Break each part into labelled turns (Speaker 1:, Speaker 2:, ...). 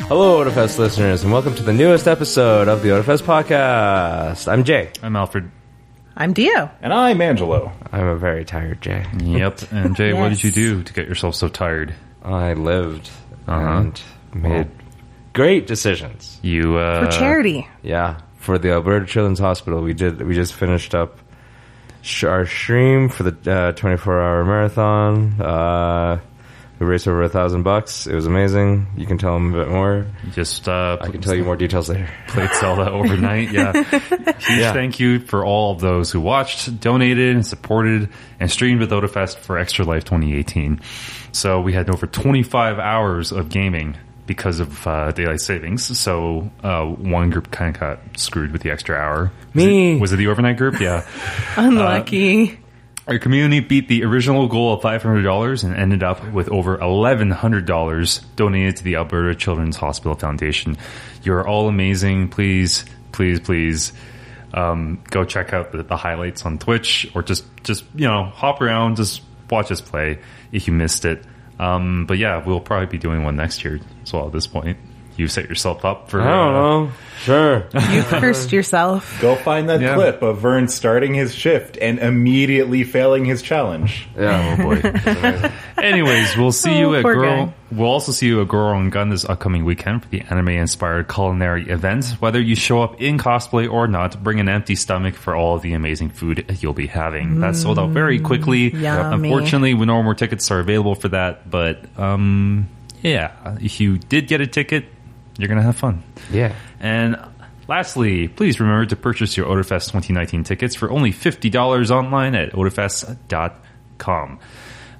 Speaker 1: Otterfest listeners, and welcome to the newest episode of the Otterfest podcast. I'm Jay.
Speaker 2: I'm Alfred.
Speaker 3: I'm Dio.
Speaker 2: Uh,
Speaker 4: And I'm Angelo.
Speaker 1: I'm a very tired Jay.
Speaker 2: Yep. And Jay, what did
Speaker 3: Yes.
Speaker 2: you do to get yourself so tired?
Speaker 1: I lived
Speaker 2: Uh-huh.
Speaker 1: and made great decisions.
Speaker 2: You uh,
Speaker 3: For charity.
Speaker 1: Yeah, for the Alberta Children's Hospital, we did. We just finished up sh- our stream for the 24 hour marathon. Uh, we raised over a thousand bucks. It was amazing. You can tell them a bit more.
Speaker 2: just uh,
Speaker 1: I can tell you more details later.
Speaker 2: played Zelda overnight. Yeah. Huge
Speaker 1: Yeah.
Speaker 2: thank you for all of those who watched, donated, and supported, and streamed with Odafest for Extra Life 2018. So we had over 25 hours of gaming because of uh, daylight savings. So uh, one group kind of got screwed with the extra hour. Was
Speaker 1: Me.
Speaker 2: it, was it the overnight group? Yeah.
Speaker 3: Unlucky.
Speaker 2: Our community beat the original goal of $500 and ended up with over $1,100 donated to the Alberta Children's Hospital Foundation. You're all amazing. Please, please, please um, go check out the, the highlights on Twitch or just, just, you know, hop around, just watch us play if you missed it. Um, but yeah, we'll probably be doing one next year as well at this point. You set yourself up for.
Speaker 1: I don't
Speaker 2: uh,
Speaker 1: know. Sure.
Speaker 3: you cursed yourself.
Speaker 4: Go find that
Speaker 2: Yeah.
Speaker 4: clip of Vern starting his shift and immediately failing his challenge.
Speaker 1: Yeah.
Speaker 2: Oh boy. Anyways, we'll see you
Speaker 3: Oh,
Speaker 2: at
Speaker 3: poor
Speaker 2: Girl.
Speaker 3: guy.
Speaker 2: We'll also see you at Girl and Gun this upcoming weekend for the anime-inspired culinary event. Whether you show up in cosplay or not, bring an empty stomach for all of the amazing food you'll be having. That sold out very quickly.
Speaker 3: Mm, yummy.
Speaker 2: Unfortunately, we no more tickets are available for that. But um, yeah, if you did get a ticket, you're gonna have fun.
Speaker 1: Yeah.
Speaker 2: And lastly, please remember to purchase your Odafest 2019 tickets for only $50 online at odafest.com.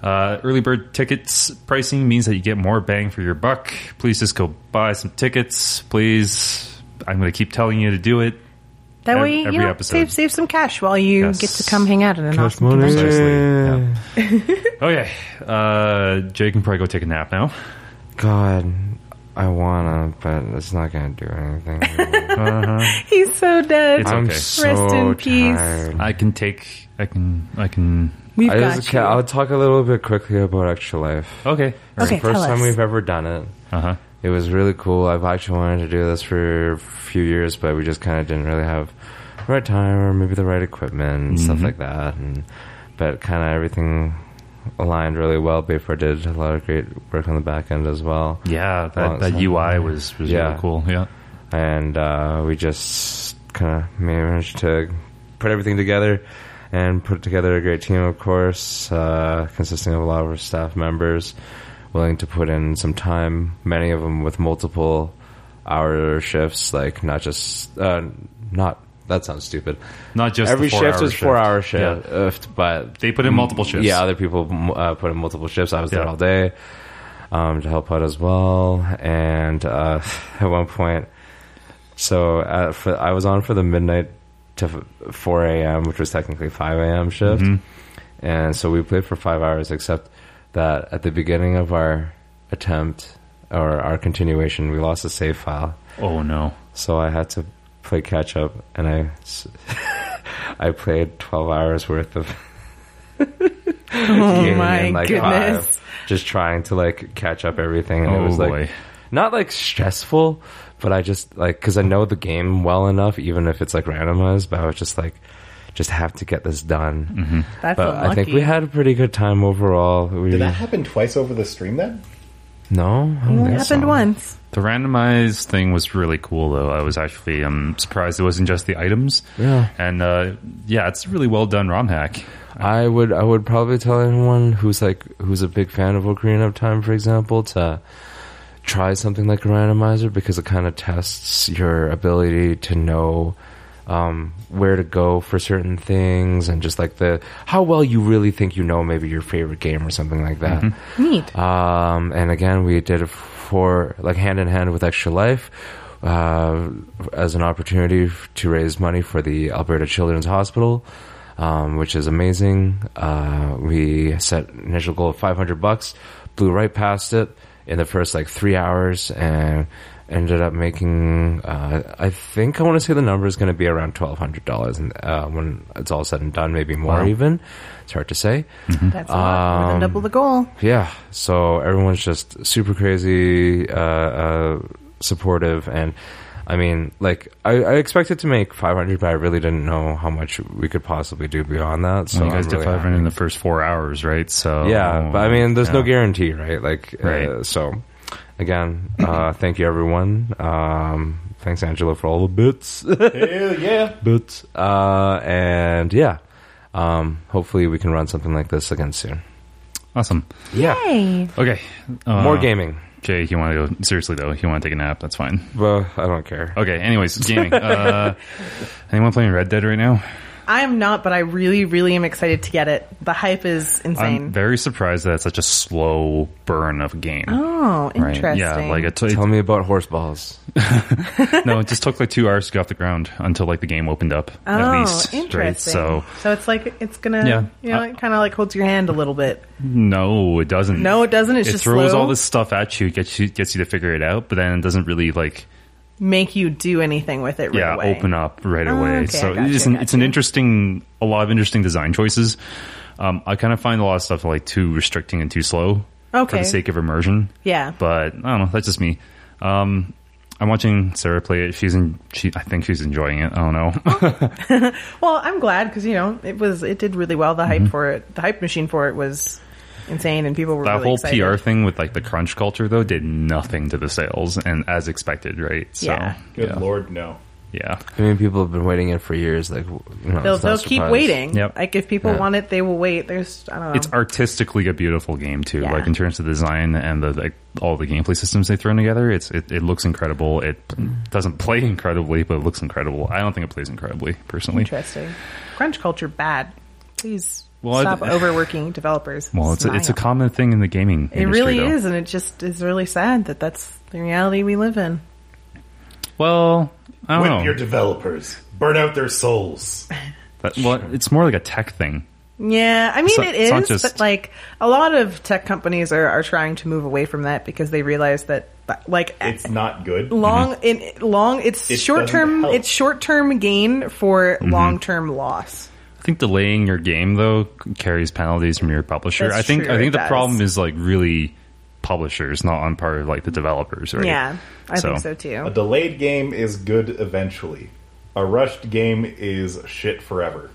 Speaker 2: Uh, early bird tickets pricing means that you get more bang for your buck. Please just go buy some tickets. Please, I'm going to keep telling you to do it.
Speaker 3: That
Speaker 2: Ev-
Speaker 3: way, you
Speaker 2: every
Speaker 3: know,
Speaker 2: episode.
Speaker 3: save save some cash while you
Speaker 2: Yes.
Speaker 3: get to come hang out at an
Speaker 1: Cash
Speaker 3: awesome
Speaker 1: money.
Speaker 3: convention.
Speaker 2: Precisely. Yeah. okay. Uh, Jay can probably go take a nap now.
Speaker 1: God, I wanna, but it's not gonna do anything.
Speaker 3: He's so dead.
Speaker 2: It's-
Speaker 1: I'm
Speaker 2: okay.
Speaker 1: so
Speaker 3: Rest in peace.
Speaker 1: tired.
Speaker 2: I can take. I can. I can.
Speaker 3: We've
Speaker 1: I
Speaker 3: got
Speaker 1: just
Speaker 3: you.
Speaker 1: ca- I'll talk a little bit quickly about Extra Life.
Speaker 2: Okay.
Speaker 1: It's
Speaker 3: Okay,
Speaker 1: the first
Speaker 3: tell
Speaker 1: time
Speaker 3: us.
Speaker 1: we've ever done it.
Speaker 2: Uh huh.
Speaker 1: It was really cool. I've actually wanted to do this for a few years, but we just kind of didn't really have the right time or maybe the right equipment and stuff like that. And but kind of everything aligned really well. Bayford did a lot of great work on the back end as well.
Speaker 2: Yeah.
Speaker 1: Well,
Speaker 2: That, that
Speaker 1: so-
Speaker 2: UI was was
Speaker 1: Yeah.
Speaker 2: really cool. Yeah.
Speaker 1: and uh, we just kind of managed to put everything together and put together a great team, of course, uh, consisting of a lot of our staff members willing to put in some time, many of them with multiple hour shifts, like not just, uh, not, that sounds stupid.
Speaker 2: Not just the
Speaker 1: Every
Speaker 2: four-hour
Speaker 1: shift was four hour shift,
Speaker 2: Yeah.
Speaker 1: shift, but
Speaker 2: They put in multiple shifts.
Speaker 1: yeah, other people m- uh, put in multiple shifts. I was there
Speaker 2: Yeah.
Speaker 1: all day um, to help out as well. And uh, at one point, so uh, for, I was on for the midnight to f- 4 a.m., which was technically 5 a.m. shift.
Speaker 2: Mm-hmm.
Speaker 1: And so we played for five hours, except that at the beginning of our attempt or our continuation, we lost a save file.
Speaker 2: Oh no.
Speaker 1: So I had to play catch up, and I, s- I played 12 hours worth of
Speaker 3: oh
Speaker 1: game
Speaker 3: my
Speaker 1: in, like,
Speaker 3: goodness.
Speaker 1: five, just trying to like catch up everything. And it
Speaker 2: Oh,
Speaker 1: was like
Speaker 2: boy.
Speaker 1: not like stressful, but I just like because I know the game well enough, even if it's like randomized. But I was just like, just have to get this done.
Speaker 2: Mm-hmm.
Speaker 3: That's
Speaker 1: But
Speaker 3: unlucky.
Speaker 1: I think we had a pretty good time overall. We,
Speaker 4: Did that happen twice over the stream then?
Speaker 1: no, I don't
Speaker 3: It only
Speaker 1: think
Speaker 3: happened
Speaker 1: so.
Speaker 3: once.
Speaker 2: The randomized thing was really cool, though. I was actually um, surprised it wasn't just the items.
Speaker 1: Yeah.
Speaker 2: And uh, yeah, it's a really well done ROM hack.
Speaker 1: I would I would probably tell anyone who's like who's a big fan of Ocarina of Time, for example, to try something like a randomizer because it kind of tests your ability to know um, where to go for certain things and just like the how well you really think you know maybe your favorite game or something like that.
Speaker 3: Neat.
Speaker 1: Um, and again, we did it for like hand in hand with Extra Life uh, as an opportunity f- to raise money for the Alberta Children's Hospital, um, which is amazing. Uh, we set initial goal of 500 bucks, blew right past it in the first like three hours, and ended up making. Uh, I think I want to say the number is going to be around $1,200, and uh, when it's all said and done, maybe more
Speaker 2: Wow.
Speaker 1: even. It's hard to say.
Speaker 3: That's a lot.
Speaker 2: Um,
Speaker 3: More than double the goal.
Speaker 1: Yeah, so everyone's just super crazy. Uh, uh, supportive and I mean, like I, I expected to make 500, but I really didn't know how much we could possibly do beyond that. So
Speaker 2: Oh, you guys
Speaker 1: Oh, I'm
Speaker 2: did
Speaker 1: really
Speaker 2: 500
Speaker 1: happy.
Speaker 2: in the first four hours, right? So
Speaker 1: Yeah, but I mean, there's no
Speaker 2: yeah.
Speaker 1: guarantee, right? Like, Uh,
Speaker 2: Right.
Speaker 1: so again, uh, thank you everyone. Um, thanks Angela for all the bits,
Speaker 4: Hell yeah.
Speaker 1: bits, uh, and yeah. Um, hopefully we can run something like this again soon.
Speaker 2: Awesome.
Speaker 1: Yeah,
Speaker 3: Hey.
Speaker 2: Okay. Uh,
Speaker 1: more gaming.
Speaker 2: Jay, you want to go seriously though? You want to take a nap? That's fine.
Speaker 1: Well, I don't care.
Speaker 2: Okay. Anyways, gaming. uh, anyone playing Red Dead right now?
Speaker 3: I am not, but I really, really am excited to get it. The hype is insane.
Speaker 2: I'm very surprised that it's such a slow burn of a game.
Speaker 3: oh,
Speaker 2: Right?
Speaker 3: interesting.
Speaker 2: Yeah, like it,
Speaker 1: Tell me about horse balls.
Speaker 2: no, it just took like two hours to get off the ground until like the game opened up.
Speaker 3: Oh,
Speaker 2: at least,
Speaker 3: interesting.
Speaker 2: right? So
Speaker 3: it's like it's gonna,
Speaker 2: Yeah.
Speaker 3: you know, it kind of like holds your hand a little bit.
Speaker 2: no, it doesn't.
Speaker 3: No, it doesn't. It's
Speaker 2: it
Speaker 3: just
Speaker 2: throws
Speaker 3: slow.
Speaker 2: all this stuff at you, gets you gets you to figure it out, but then it doesn't really like
Speaker 3: Make you do anything with it right
Speaker 2: yeah
Speaker 3: away.
Speaker 2: open up right
Speaker 3: Oh,
Speaker 2: away.
Speaker 3: okay,
Speaker 2: so
Speaker 3: I got
Speaker 2: it's
Speaker 3: you,
Speaker 2: an,
Speaker 3: got
Speaker 2: it's an
Speaker 3: you.
Speaker 2: interesting a lot of interesting design choices. Um, I kind of find a lot of stuff like too restricting and too slow for
Speaker 3: Okay.
Speaker 2: the sake of immersion.
Speaker 3: Yeah.
Speaker 2: but I don't know. That's just me. Um, I'm watching Sarah play it. She's in. She, I think she's enjoying it. I don't know.
Speaker 3: Well, I'm glad because you know it was it did really well. The hype
Speaker 2: Mm-hmm.
Speaker 3: for it, the hype machine for it was insane, and people were
Speaker 2: that
Speaker 3: really
Speaker 2: whole
Speaker 3: excited.
Speaker 2: PR thing with like the crunch culture though did nothing to the sales, and as expected, right? So
Speaker 3: Yeah.
Speaker 4: Good lord, no.
Speaker 2: yeah.
Speaker 1: I mean, people have been waiting in for years. Like, you know,
Speaker 3: They'll,
Speaker 1: it's not
Speaker 3: they'll
Speaker 1: a
Speaker 3: keep
Speaker 1: surprise.
Speaker 3: waiting.
Speaker 2: Yep.
Speaker 3: Like if people
Speaker 1: Yeah.
Speaker 3: want it, they will wait. There's I don't know.
Speaker 2: it's artistically a beautiful game too.
Speaker 3: Yeah.
Speaker 2: Like in terms of design and the like, all the gameplay systems they throw together, it's it, it looks incredible. It doesn't play incredibly, but it looks incredible. I don't think it plays incredibly personally.
Speaker 3: interesting. Crunch culture bad. Please
Speaker 2: Well, I-
Speaker 3: stop overworking developers.
Speaker 2: Well, it's a, it's a
Speaker 3: Smile.
Speaker 2: common thing in the gaming.
Speaker 3: it
Speaker 2: industry,
Speaker 3: really
Speaker 2: though.
Speaker 3: is, and it just is really sad that that's the reality we live in.
Speaker 2: Well, I don't
Speaker 4: Whip
Speaker 2: know.
Speaker 4: your developers. Burn out their souls.
Speaker 2: That- well, it's more like a tech thing.
Speaker 3: Yeah, I mean
Speaker 2: So-
Speaker 3: it
Speaker 2: it's not
Speaker 3: is,
Speaker 2: just-
Speaker 3: but like a lot of tech companies are, are trying to move away from that because they realize that like
Speaker 4: It's not good.
Speaker 3: long
Speaker 2: Mm-hmm.
Speaker 3: in long it's
Speaker 4: It
Speaker 3: short term
Speaker 4: doesn't help.
Speaker 3: it's short term gain for
Speaker 2: Mm-hmm.
Speaker 3: long term loss.
Speaker 2: I think delaying your game though carries penalties from your publisher.
Speaker 3: That's
Speaker 2: I think
Speaker 3: true,
Speaker 2: I
Speaker 3: it
Speaker 2: think the
Speaker 3: does.
Speaker 2: problem is like really publishers, not on par with like the developers, right?
Speaker 3: Yeah, I think so
Speaker 4: A
Speaker 3: too.
Speaker 4: delayed game is good eventually. A rushed game is shit forever.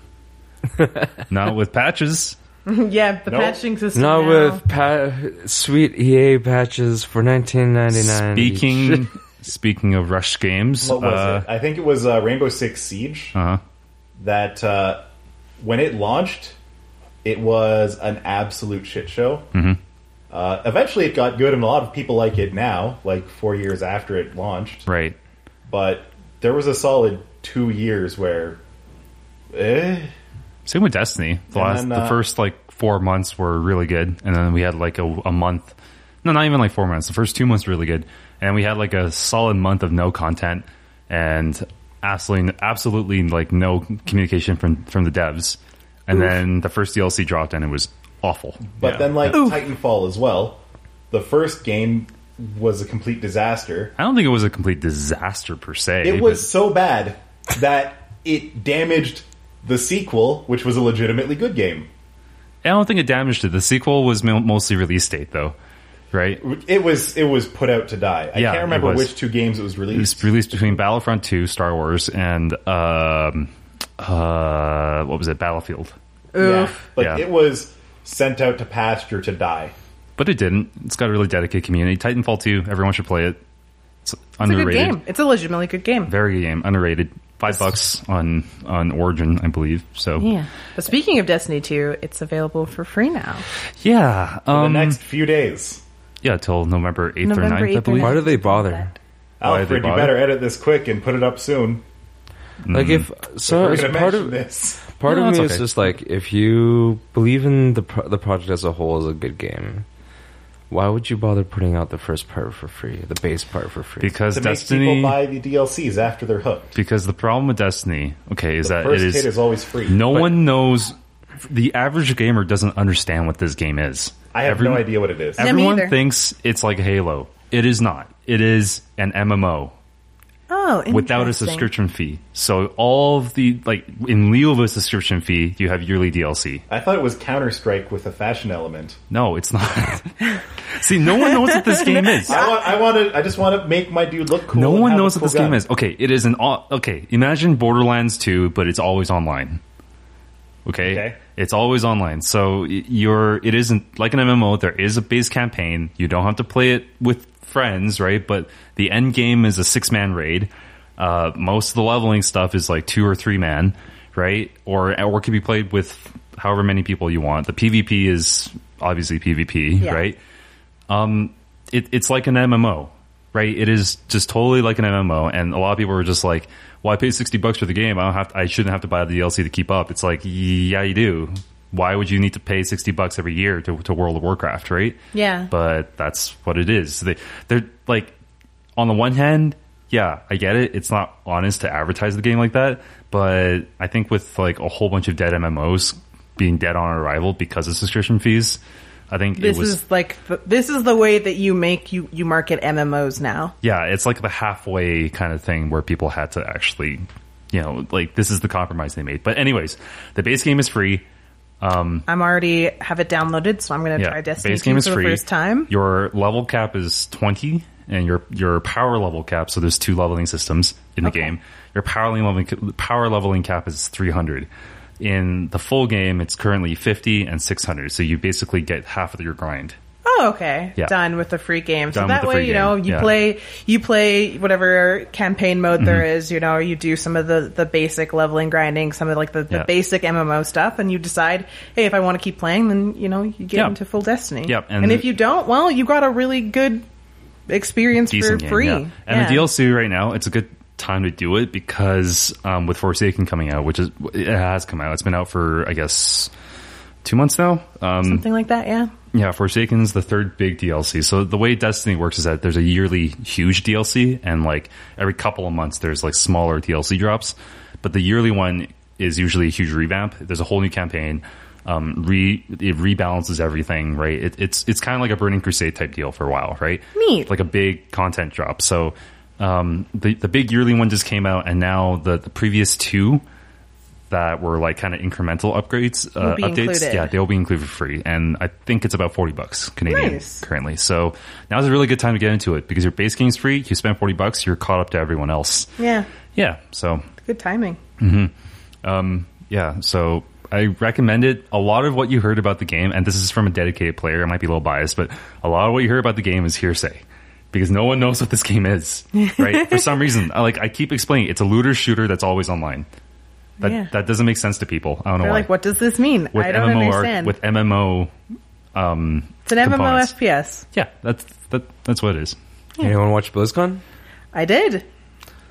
Speaker 2: Not with patches.
Speaker 3: yeah, the
Speaker 4: Nope.
Speaker 3: patching system.
Speaker 1: Not
Speaker 3: now.
Speaker 1: with pa- sweet EA patches for 19.99.
Speaker 2: Speaking speaking of rush games,
Speaker 4: What was
Speaker 2: uh,
Speaker 4: it? I think it was uh, Rainbow Six Siege
Speaker 2: Uh-huh.
Speaker 4: that uh, when it launched, it was an absolute shit show.
Speaker 2: Mm-hmm.
Speaker 4: Uh, eventually, it got good, and a lot of people like it now. Like four years after it launched,
Speaker 2: right?
Speaker 4: but there was a solid two years where, eh,
Speaker 2: Same with Destiny. The
Speaker 4: And
Speaker 2: last,
Speaker 4: then,
Speaker 2: the
Speaker 4: uh,
Speaker 2: first like four months were really good, and then we had like a, a month. No, not even like four months. The first two months were really good, and we had like a solid month of no content and absolutely, absolutely like no communication from from the devs. And then the first DLC dropped, and it was awful.
Speaker 4: But
Speaker 2: Yeah.
Speaker 4: then, like
Speaker 2: Yeah.
Speaker 4: Titanfall as well, the first game was a complete disaster.
Speaker 2: I don't think it was a complete disaster per se.
Speaker 4: It
Speaker 2: but-
Speaker 4: was so bad that it damaged the sequel, which was a legitimately good game.
Speaker 2: I don't think it damaged it. The sequel was mo- mostly release date though, right?
Speaker 4: It was it was put out to die. I
Speaker 2: Yeah,
Speaker 4: can't remember
Speaker 2: it was.
Speaker 4: which two games it was
Speaker 2: It
Speaker 4: released.
Speaker 2: was released between Battlefront 2, Star Wars, and um, uh, what was it, Battlefield.
Speaker 4: Yeah, like
Speaker 2: Yeah.
Speaker 4: it was sent out to pasture to die.
Speaker 2: But it didn't. It's got a really dedicated community. Titanfall 2, everyone should play it. It's
Speaker 3: it's a good
Speaker 2: underrated.
Speaker 3: game. It's a legitimately good game.
Speaker 2: Very good game. Underrated. Five bucks on on Origin, I believe. So
Speaker 3: Yeah. But speaking of Destiny 2, it's available for free now.
Speaker 2: yeah,
Speaker 4: The
Speaker 2: um,
Speaker 4: next few days,
Speaker 2: yeah, till November eighth or
Speaker 3: November
Speaker 2: 9th, I
Speaker 3: 8th or
Speaker 2: believe.
Speaker 1: why do they bother?
Speaker 2: why they
Speaker 4: Alfred, you
Speaker 2: bother?
Speaker 4: better edit this quick and put it up soon.
Speaker 1: Like if so,
Speaker 4: We're
Speaker 1: it's
Speaker 4: going to
Speaker 1: Uh, part
Speaker 4: mention
Speaker 1: of
Speaker 4: this.
Speaker 1: part
Speaker 2: No,
Speaker 1: of
Speaker 2: it's
Speaker 1: me is
Speaker 2: okay.
Speaker 1: just like if you believe in the pro- the project as a whole is a good game, why would you bother putting out the first part for free, the base part for free?
Speaker 2: because
Speaker 4: To make
Speaker 2: Destiny.
Speaker 4: people buy the DLCs after they're hooked.
Speaker 2: Because the problem with Destiny, okay, is
Speaker 4: The
Speaker 2: that
Speaker 4: first
Speaker 2: it is
Speaker 4: hit is always free.
Speaker 2: no one knows. The average gamer doesn't understand what this game is.
Speaker 4: I have
Speaker 2: Every-
Speaker 4: no idea what it is.
Speaker 3: me
Speaker 2: Everyone
Speaker 3: either.
Speaker 2: thinks it's like Halo. It is not. It is an MMO.
Speaker 3: Oh,
Speaker 2: without a
Speaker 3: interesting.
Speaker 2: subscription fee. So all of the like in lieu of a subscription fee, you have yearly DLC.
Speaker 4: I thought it was Counter Strike with a fashion element.
Speaker 2: No, it's not. See, no one knows what this game is.
Speaker 4: I want, I want to, I just want to make my dude look cool.
Speaker 2: No
Speaker 4: and
Speaker 2: one
Speaker 4: have a
Speaker 2: knows what
Speaker 4: cool
Speaker 2: this game
Speaker 4: gun.
Speaker 2: is. Okay, it is an au- okay. Imagine Borderlands 2, but it's always online. Okay,
Speaker 4: Okay.
Speaker 2: it's always online. So y- you're it isn't like an MMO. There is a base campaign. You don't have to play it with friends, right? But the end game is a six man raid. Uh, most of the leveling stuff is like two or three man, right? Or or it can be played with however many people you want. The PvP is obviously PvP,
Speaker 3: Yeah.
Speaker 2: right? it, it's like an MMO, right? It is just totally like an MMO, and a lot of people were just like, "Well, I paid sixty bucks for the game. I don't have. To, I shouldn't have to buy the DLC to keep up." It's like, yeah, you do. Why would you need to pay sixty bucks every year to, to World of Warcraft, right?
Speaker 3: Yeah.
Speaker 2: But that's what it is. They they're like, on the one hand, yeah, I get it. It's not honest to advertise the game like that, but I think with like a whole bunch of dead MMOs being dead on arrival because of subscription fees, I think
Speaker 3: This
Speaker 2: it was
Speaker 3: is like the, this is the way that you make you you market MMOs now.
Speaker 2: yeah, it's like the halfway kind of thing where people had to actually, you know, like this is the compromise they made. But anyways, the base game is free.
Speaker 3: I'm already have it downloaded, so I'm going to
Speaker 2: Yeah,
Speaker 3: try Destiny
Speaker 2: base game
Speaker 3: 2
Speaker 2: is
Speaker 3: for
Speaker 2: free.
Speaker 3: the first time.
Speaker 2: Your level cap is twenty, and your your power level cap. So there's two leveling systems in the
Speaker 3: Okay.
Speaker 2: game. Your power leveling power leveling cap is three hundred. In the full game, it's currently fifty and six hundred. So you basically get half of your grind.
Speaker 3: Oh, okay.
Speaker 2: Yeah.
Speaker 3: Done with the free game. So
Speaker 2: Done with
Speaker 3: that
Speaker 2: the
Speaker 3: way,
Speaker 2: free
Speaker 3: you know,
Speaker 2: game,
Speaker 3: you
Speaker 2: yeah.
Speaker 3: play you play whatever campaign mode there
Speaker 2: Mm-hmm.
Speaker 3: is, you know, you do some of the the basic leveling grinding, some of like the, the
Speaker 2: Yeah.
Speaker 3: basic MMO stuff and you decide, hey, if I want to keep playing, then you know, you get
Speaker 2: Yeah.
Speaker 3: into full Destiny.
Speaker 2: Yep,
Speaker 3: And,
Speaker 2: and-
Speaker 3: if you don't, well, you got a really good experience
Speaker 2: decent
Speaker 3: for
Speaker 2: game,
Speaker 3: free.
Speaker 2: yeah. And
Speaker 3: Yeah.
Speaker 2: the DLC right now, it's a good time to do it because um, with Forsaken coming out, which is it has come out, it's been out for I guess two months now. Um,
Speaker 3: something like that, yeah.
Speaker 2: yeah, Forsaken's the third big DLC. So the way Destiny works is that there's a yearly huge DLC, and like every couple of months there's like smaller DLC drops. But the yearly one is usually a huge revamp. There's a whole new campaign. Um, re it rebalances everything, right? It, it's it's kind of like a Burning Crusade type deal for a while, right?
Speaker 3: Neat.
Speaker 2: Like a big content drop. So um, the the big yearly one just came out, and now the the previous two that were like kind of incremental upgrades, uh,
Speaker 3: be
Speaker 2: updates.
Speaker 3: included.
Speaker 2: Yeah, they'll be included for free, and I think it's about forty bucks Canadian
Speaker 3: Nice.
Speaker 2: currently. So now's a really good time to get into it because your base game's free. You spend forty bucks, you're caught up to everyone else.
Speaker 3: Yeah.
Speaker 2: Yeah, so um,
Speaker 3: Good timing.
Speaker 2: Oh, yeah, so I recommend it. A lot of what you heard about the game, and this is from a dedicated player, I might be a little biased, but a lot of what you heard about the game is hearsay because no one knows what this game is, right? For some reason, I, like I keep explaining, it's a looter shooter that's always online. That
Speaker 3: Yeah.
Speaker 2: that doesn't make sense to people. I don't know
Speaker 3: They're
Speaker 2: why.
Speaker 3: like, what does this mean?
Speaker 2: with
Speaker 3: I don't
Speaker 2: MMO
Speaker 3: understand.
Speaker 2: with MMO. Um,
Speaker 3: it's an MMO
Speaker 2: components.
Speaker 3: FPS.
Speaker 2: yeah, that's that, that's what it is.
Speaker 1: Anyone watch BlizzCon?
Speaker 3: I did.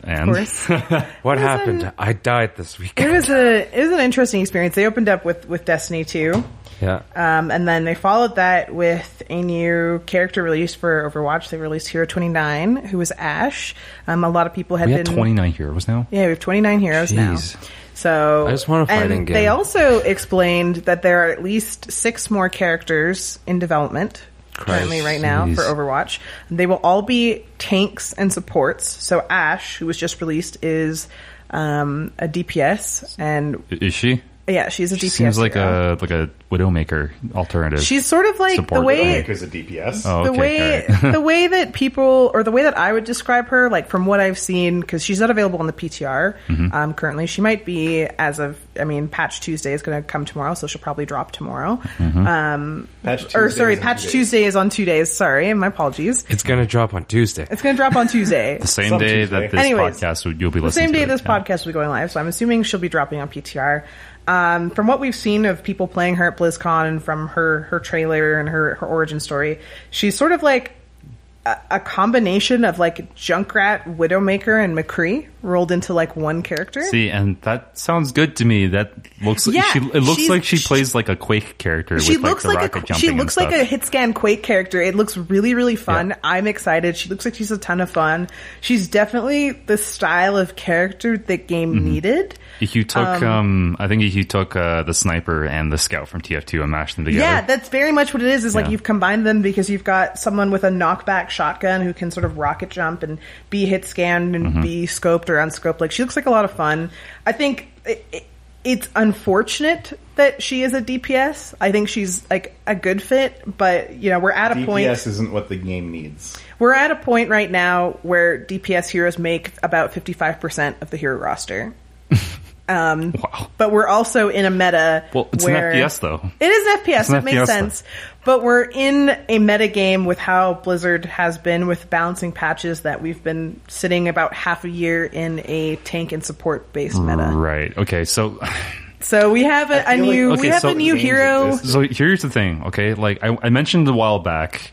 Speaker 2: And
Speaker 3: Of course. it
Speaker 1: What
Speaker 3: It was
Speaker 1: happened?
Speaker 3: on-
Speaker 1: I died this weekend.
Speaker 3: was a it was an interesting experience. They opened up with with Destiny 2,
Speaker 1: yeah.
Speaker 3: um, and then they followed that with a new character release for Overwatch. They released Hero 29, who was Ash. Um, a lot of people had
Speaker 2: we had
Speaker 3: been
Speaker 2: twenty nine heroes now.
Speaker 3: Yeah, we have 29 heroes
Speaker 1: Jeez.
Speaker 3: now. So
Speaker 1: I just wanna fight
Speaker 3: and
Speaker 1: in game.
Speaker 3: They also explained that there are at least six more characters in development currently right now
Speaker 2: Jeez.
Speaker 3: for Overwatch. They will all be tanks and supports. So Ash, who was just released, is um, a DPS, and
Speaker 2: I- Is she?
Speaker 3: yeah, she's a
Speaker 2: She
Speaker 3: DPS.
Speaker 2: seems like
Speaker 3: hero.
Speaker 2: a like a widowmaker alternative.
Speaker 3: She's sort of like
Speaker 2: support
Speaker 3: the way
Speaker 4: Maker's a DPS.
Speaker 2: Oh,
Speaker 3: the
Speaker 2: okay,
Speaker 3: way
Speaker 2: all
Speaker 3: the way that people or the way that I would describe her, like from what I've seen, because she's not available on the PTR um, currently. She might be as of I mean, Patch Tuesday is going to come tomorrow, so she'll probably drop tomorrow. Um,
Speaker 4: Patch
Speaker 3: or
Speaker 4: Tuesday
Speaker 3: sorry,
Speaker 4: is in
Speaker 3: Patch
Speaker 4: two days.
Speaker 3: Tuesday is on two days. Sorry, my apologies.
Speaker 1: It's going to drop on Tuesday.
Speaker 3: It's going to drop on Tuesday.
Speaker 2: the same
Speaker 4: Some
Speaker 2: day
Speaker 4: Tuesday.
Speaker 2: that this
Speaker 3: Anyways,
Speaker 2: podcast would you'll be
Speaker 3: the
Speaker 2: listening.
Speaker 3: same
Speaker 2: to
Speaker 3: day
Speaker 2: it,
Speaker 3: this
Speaker 2: yeah.
Speaker 3: podcast will be going live, so I'm assuming she'll be dropping on PTR. Um, from what we've seen of people playing her at BlizzCon and from her her trailer and her her origin story, she's sort of like a, a combination of like Junkrat, Widowmaker, and McCree rolled into like one character.
Speaker 2: See, and that sounds good to me. That looks.
Speaker 3: Yeah,
Speaker 2: she, it looks
Speaker 3: she's-
Speaker 2: like she
Speaker 3: she-
Speaker 2: plays like a Quake character.
Speaker 3: she
Speaker 2: with,
Speaker 3: looks
Speaker 2: like, the
Speaker 3: like
Speaker 2: rocket
Speaker 3: a she
Speaker 2: jumping and
Speaker 3: looks like
Speaker 2: stuff.
Speaker 3: a hit scan quake character. It looks really really fun.
Speaker 2: Yeah.
Speaker 3: I'm excited. She looks like
Speaker 2: Mm-hmm.
Speaker 3: she's a ton of fun. She's definitely the style of character the game needed.
Speaker 2: He took, um, I think he took uh, the sniper and the scout from TF2 and mashed them together.
Speaker 3: Yeah, that's very much what it is. Is like
Speaker 2: Yeah.
Speaker 3: you've combined them because you've got someone with a knockback shotgun who can sort of rocket jump and be hit scanned and
Speaker 2: Mm-hmm.
Speaker 3: be scoped or unscoped. Like she looks like a lot of fun. I think it, it, it's unfortunate that she is a DPS. I think she's like a good fit, but you know we're at a point.
Speaker 4: DPS isn't what the game needs.
Speaker 3: We're at a point right now where DPS heroes make about 55% of the hero roster.
Speaker 2: wow.
Speaker 3: But we're also in a meta
Speaker 2: Well, it's an
Speaker 3: where
Speaker 2: FPS though.
Speaker 3: It is an FPS.
Speaker 2: an
Speaker 3: it makes
Speaker 2: FPS,
Speaker 3: sense. But we're in a meta game with how Blizzard has been with balancing patches that we've been sitting about half a year in a tank and support based meta.
Speaker 2: Right. Okay. So,
Speaker 3: So we have a,
Speaker 4: I
Speaker 3: a
Speaker 4: feel
Speaker 3: new
Speaker 4: like-
Speaker 3: we
Speaker 2: okay,
Speaker 3: have
Speaker 2: so
Speaker 3: a new
Speaker 4: games
Speaker 3: hero.
Speaker 4: exist.
Speaker 2: so here's the thing. Okay. Like I, I mentioned a while back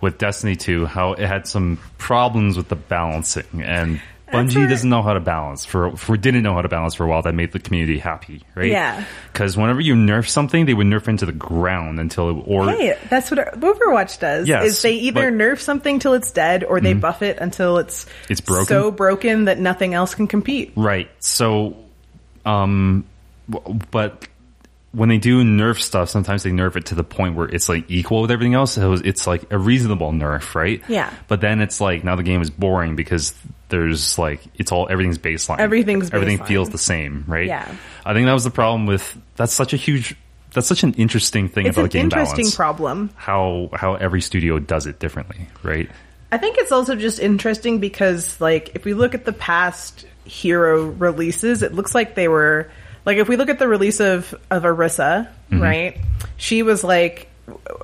Speaker 2: with Destiny 2, how it had some problems with the balancing and.
Speaker 3: That's
Speaker 2: Bungie
Speaker 3: what-
Speaker 2: doesn't know how to balance for, for didn't know how to balance for a while. That made the community happy, right?
Speaker 3: Yeah.
Speaker 2: Because whenever you nerf something, they would nerf into the ground until it, or
Speaker 3: Hey, that's what Overwatch does.
Speaker 2: Yes,
Speaker 3: is they either
Speaker 2: but- Mm-hmm.
Speaker 3: nerf something till it's dead, or they buff it until it's
Speaker 2: It's broken?
Speaker 3: so broken that nothing else can compete.
Speaker 2: Right. So, um, w- but when they do nerf stuff, sometimes they nerf it to the point where it's like equal with everything else. So it's like a reasonable nerf, right?
Speaker 3: Yeah.
Speaker 2: But then it's like now the game is boring because there's like it's all everything's baseline.
Speaker 3: Everything's
Speaker 2: everything
Speaker 3: baseline.
Speaker 2: feels the same, right?
Speaker 3: Yeah.
Speaker 2: I think that was the problem with that's such a huge that's such an interesting thing
Speaker 3: It's
Speaker 2: about
Speaker 3: an
Speaker 2: game
Speaker 3: interesting
Speaker 2: balance.
Speaker 3: problem.
Speaker 2: How how every studio does it differently, right?
Speaker 3: I think it's also just interesting because, like, if we look at the past hero releases, it looks like they were like if we look at the release of of Arissa, right? She was like.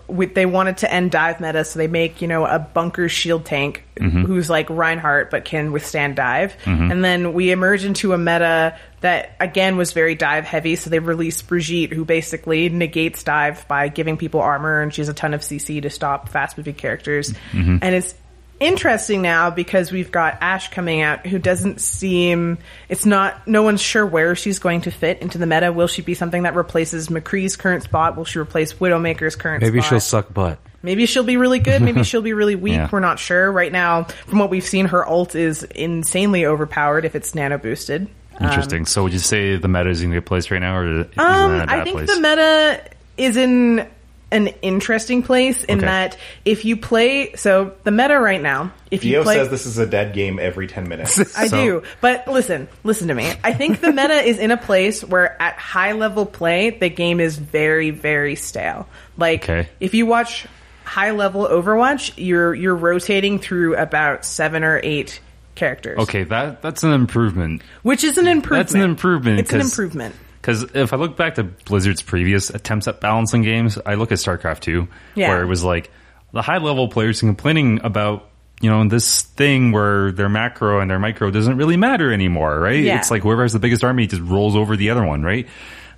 Speaker 3: We, they wanted to end dive meta, so they make you know a bunker shield tank who's like Reinhardt but can withstand dive, and then we emerge into a meta that again was very dive heavy. So they released Brigitte, who basically negates dive by giving people armor, and she has a ton of CC to stop fast moving characters,
Speaker 1: Mm-hmm.
Speaker 3: and it's interesting now because we've got Ash coming out who doesn't seem it's not no one's sure where she's going to fit into the meta. Will she be something that replaces McCree's current spot? Will she replace Widowmaker's current
Speaker 1: Maybe
Speaker 3: spot?
Speaker 1: she'll suck butt.
Speaker 3: Maybe she'll be really good, maybe she'll be really weak.
Speaker 2: Yeah.
Speaker 3: We're not sure. Right now, from what we've seen, her ult is insanely overpowered if it's nano boosted.
Speaker 2: Interesting. so would you say the meta is in a good place right now, or is
Speaker 3: Um,
Speaker 2: that a bad
Speaker 3: I think
Speaker 2: place?
Speaker 3: the meta is in an interesting place in
Speaker 2: Okay.
Speaker 3: that if you play so the meta right now, if you
Speaker 4: Dio
Speaker 3: play
Speaker 4: says this is a dead game every 10 minutes.
Speaker 3: I
Speaker 2: So-
Speaker 3: do. But listen, listen to me. I think the meta is in a place where at high level play, the game is very, very stale. Like
Speaker 2: Okay.
Speaker 3: if you watch high level Overwatch, you're you're rotating through about seven or eight characters.
Speaker 2: Okay, that that's an improvement.
Speaker 3: Which is an improvement.
Speaker 2: That's an improvement.
Speaker 3: It's an
Speaker 2: 'cause-
Speaker 3: improvement.
Speaker 2: Because if I look back to Blizzard's previous attempts at balancing games, I look at StarCraft 2,
Speaker 3: Yeah.
Speaker 2: where it was like the high level players complaining about, you know, this thing where their macro and their micro doesn't really matter anymore, right?
Speaker 3: Yeah.
Speaker 2: It's like whoever has the biggest army just rolls over the other one, right?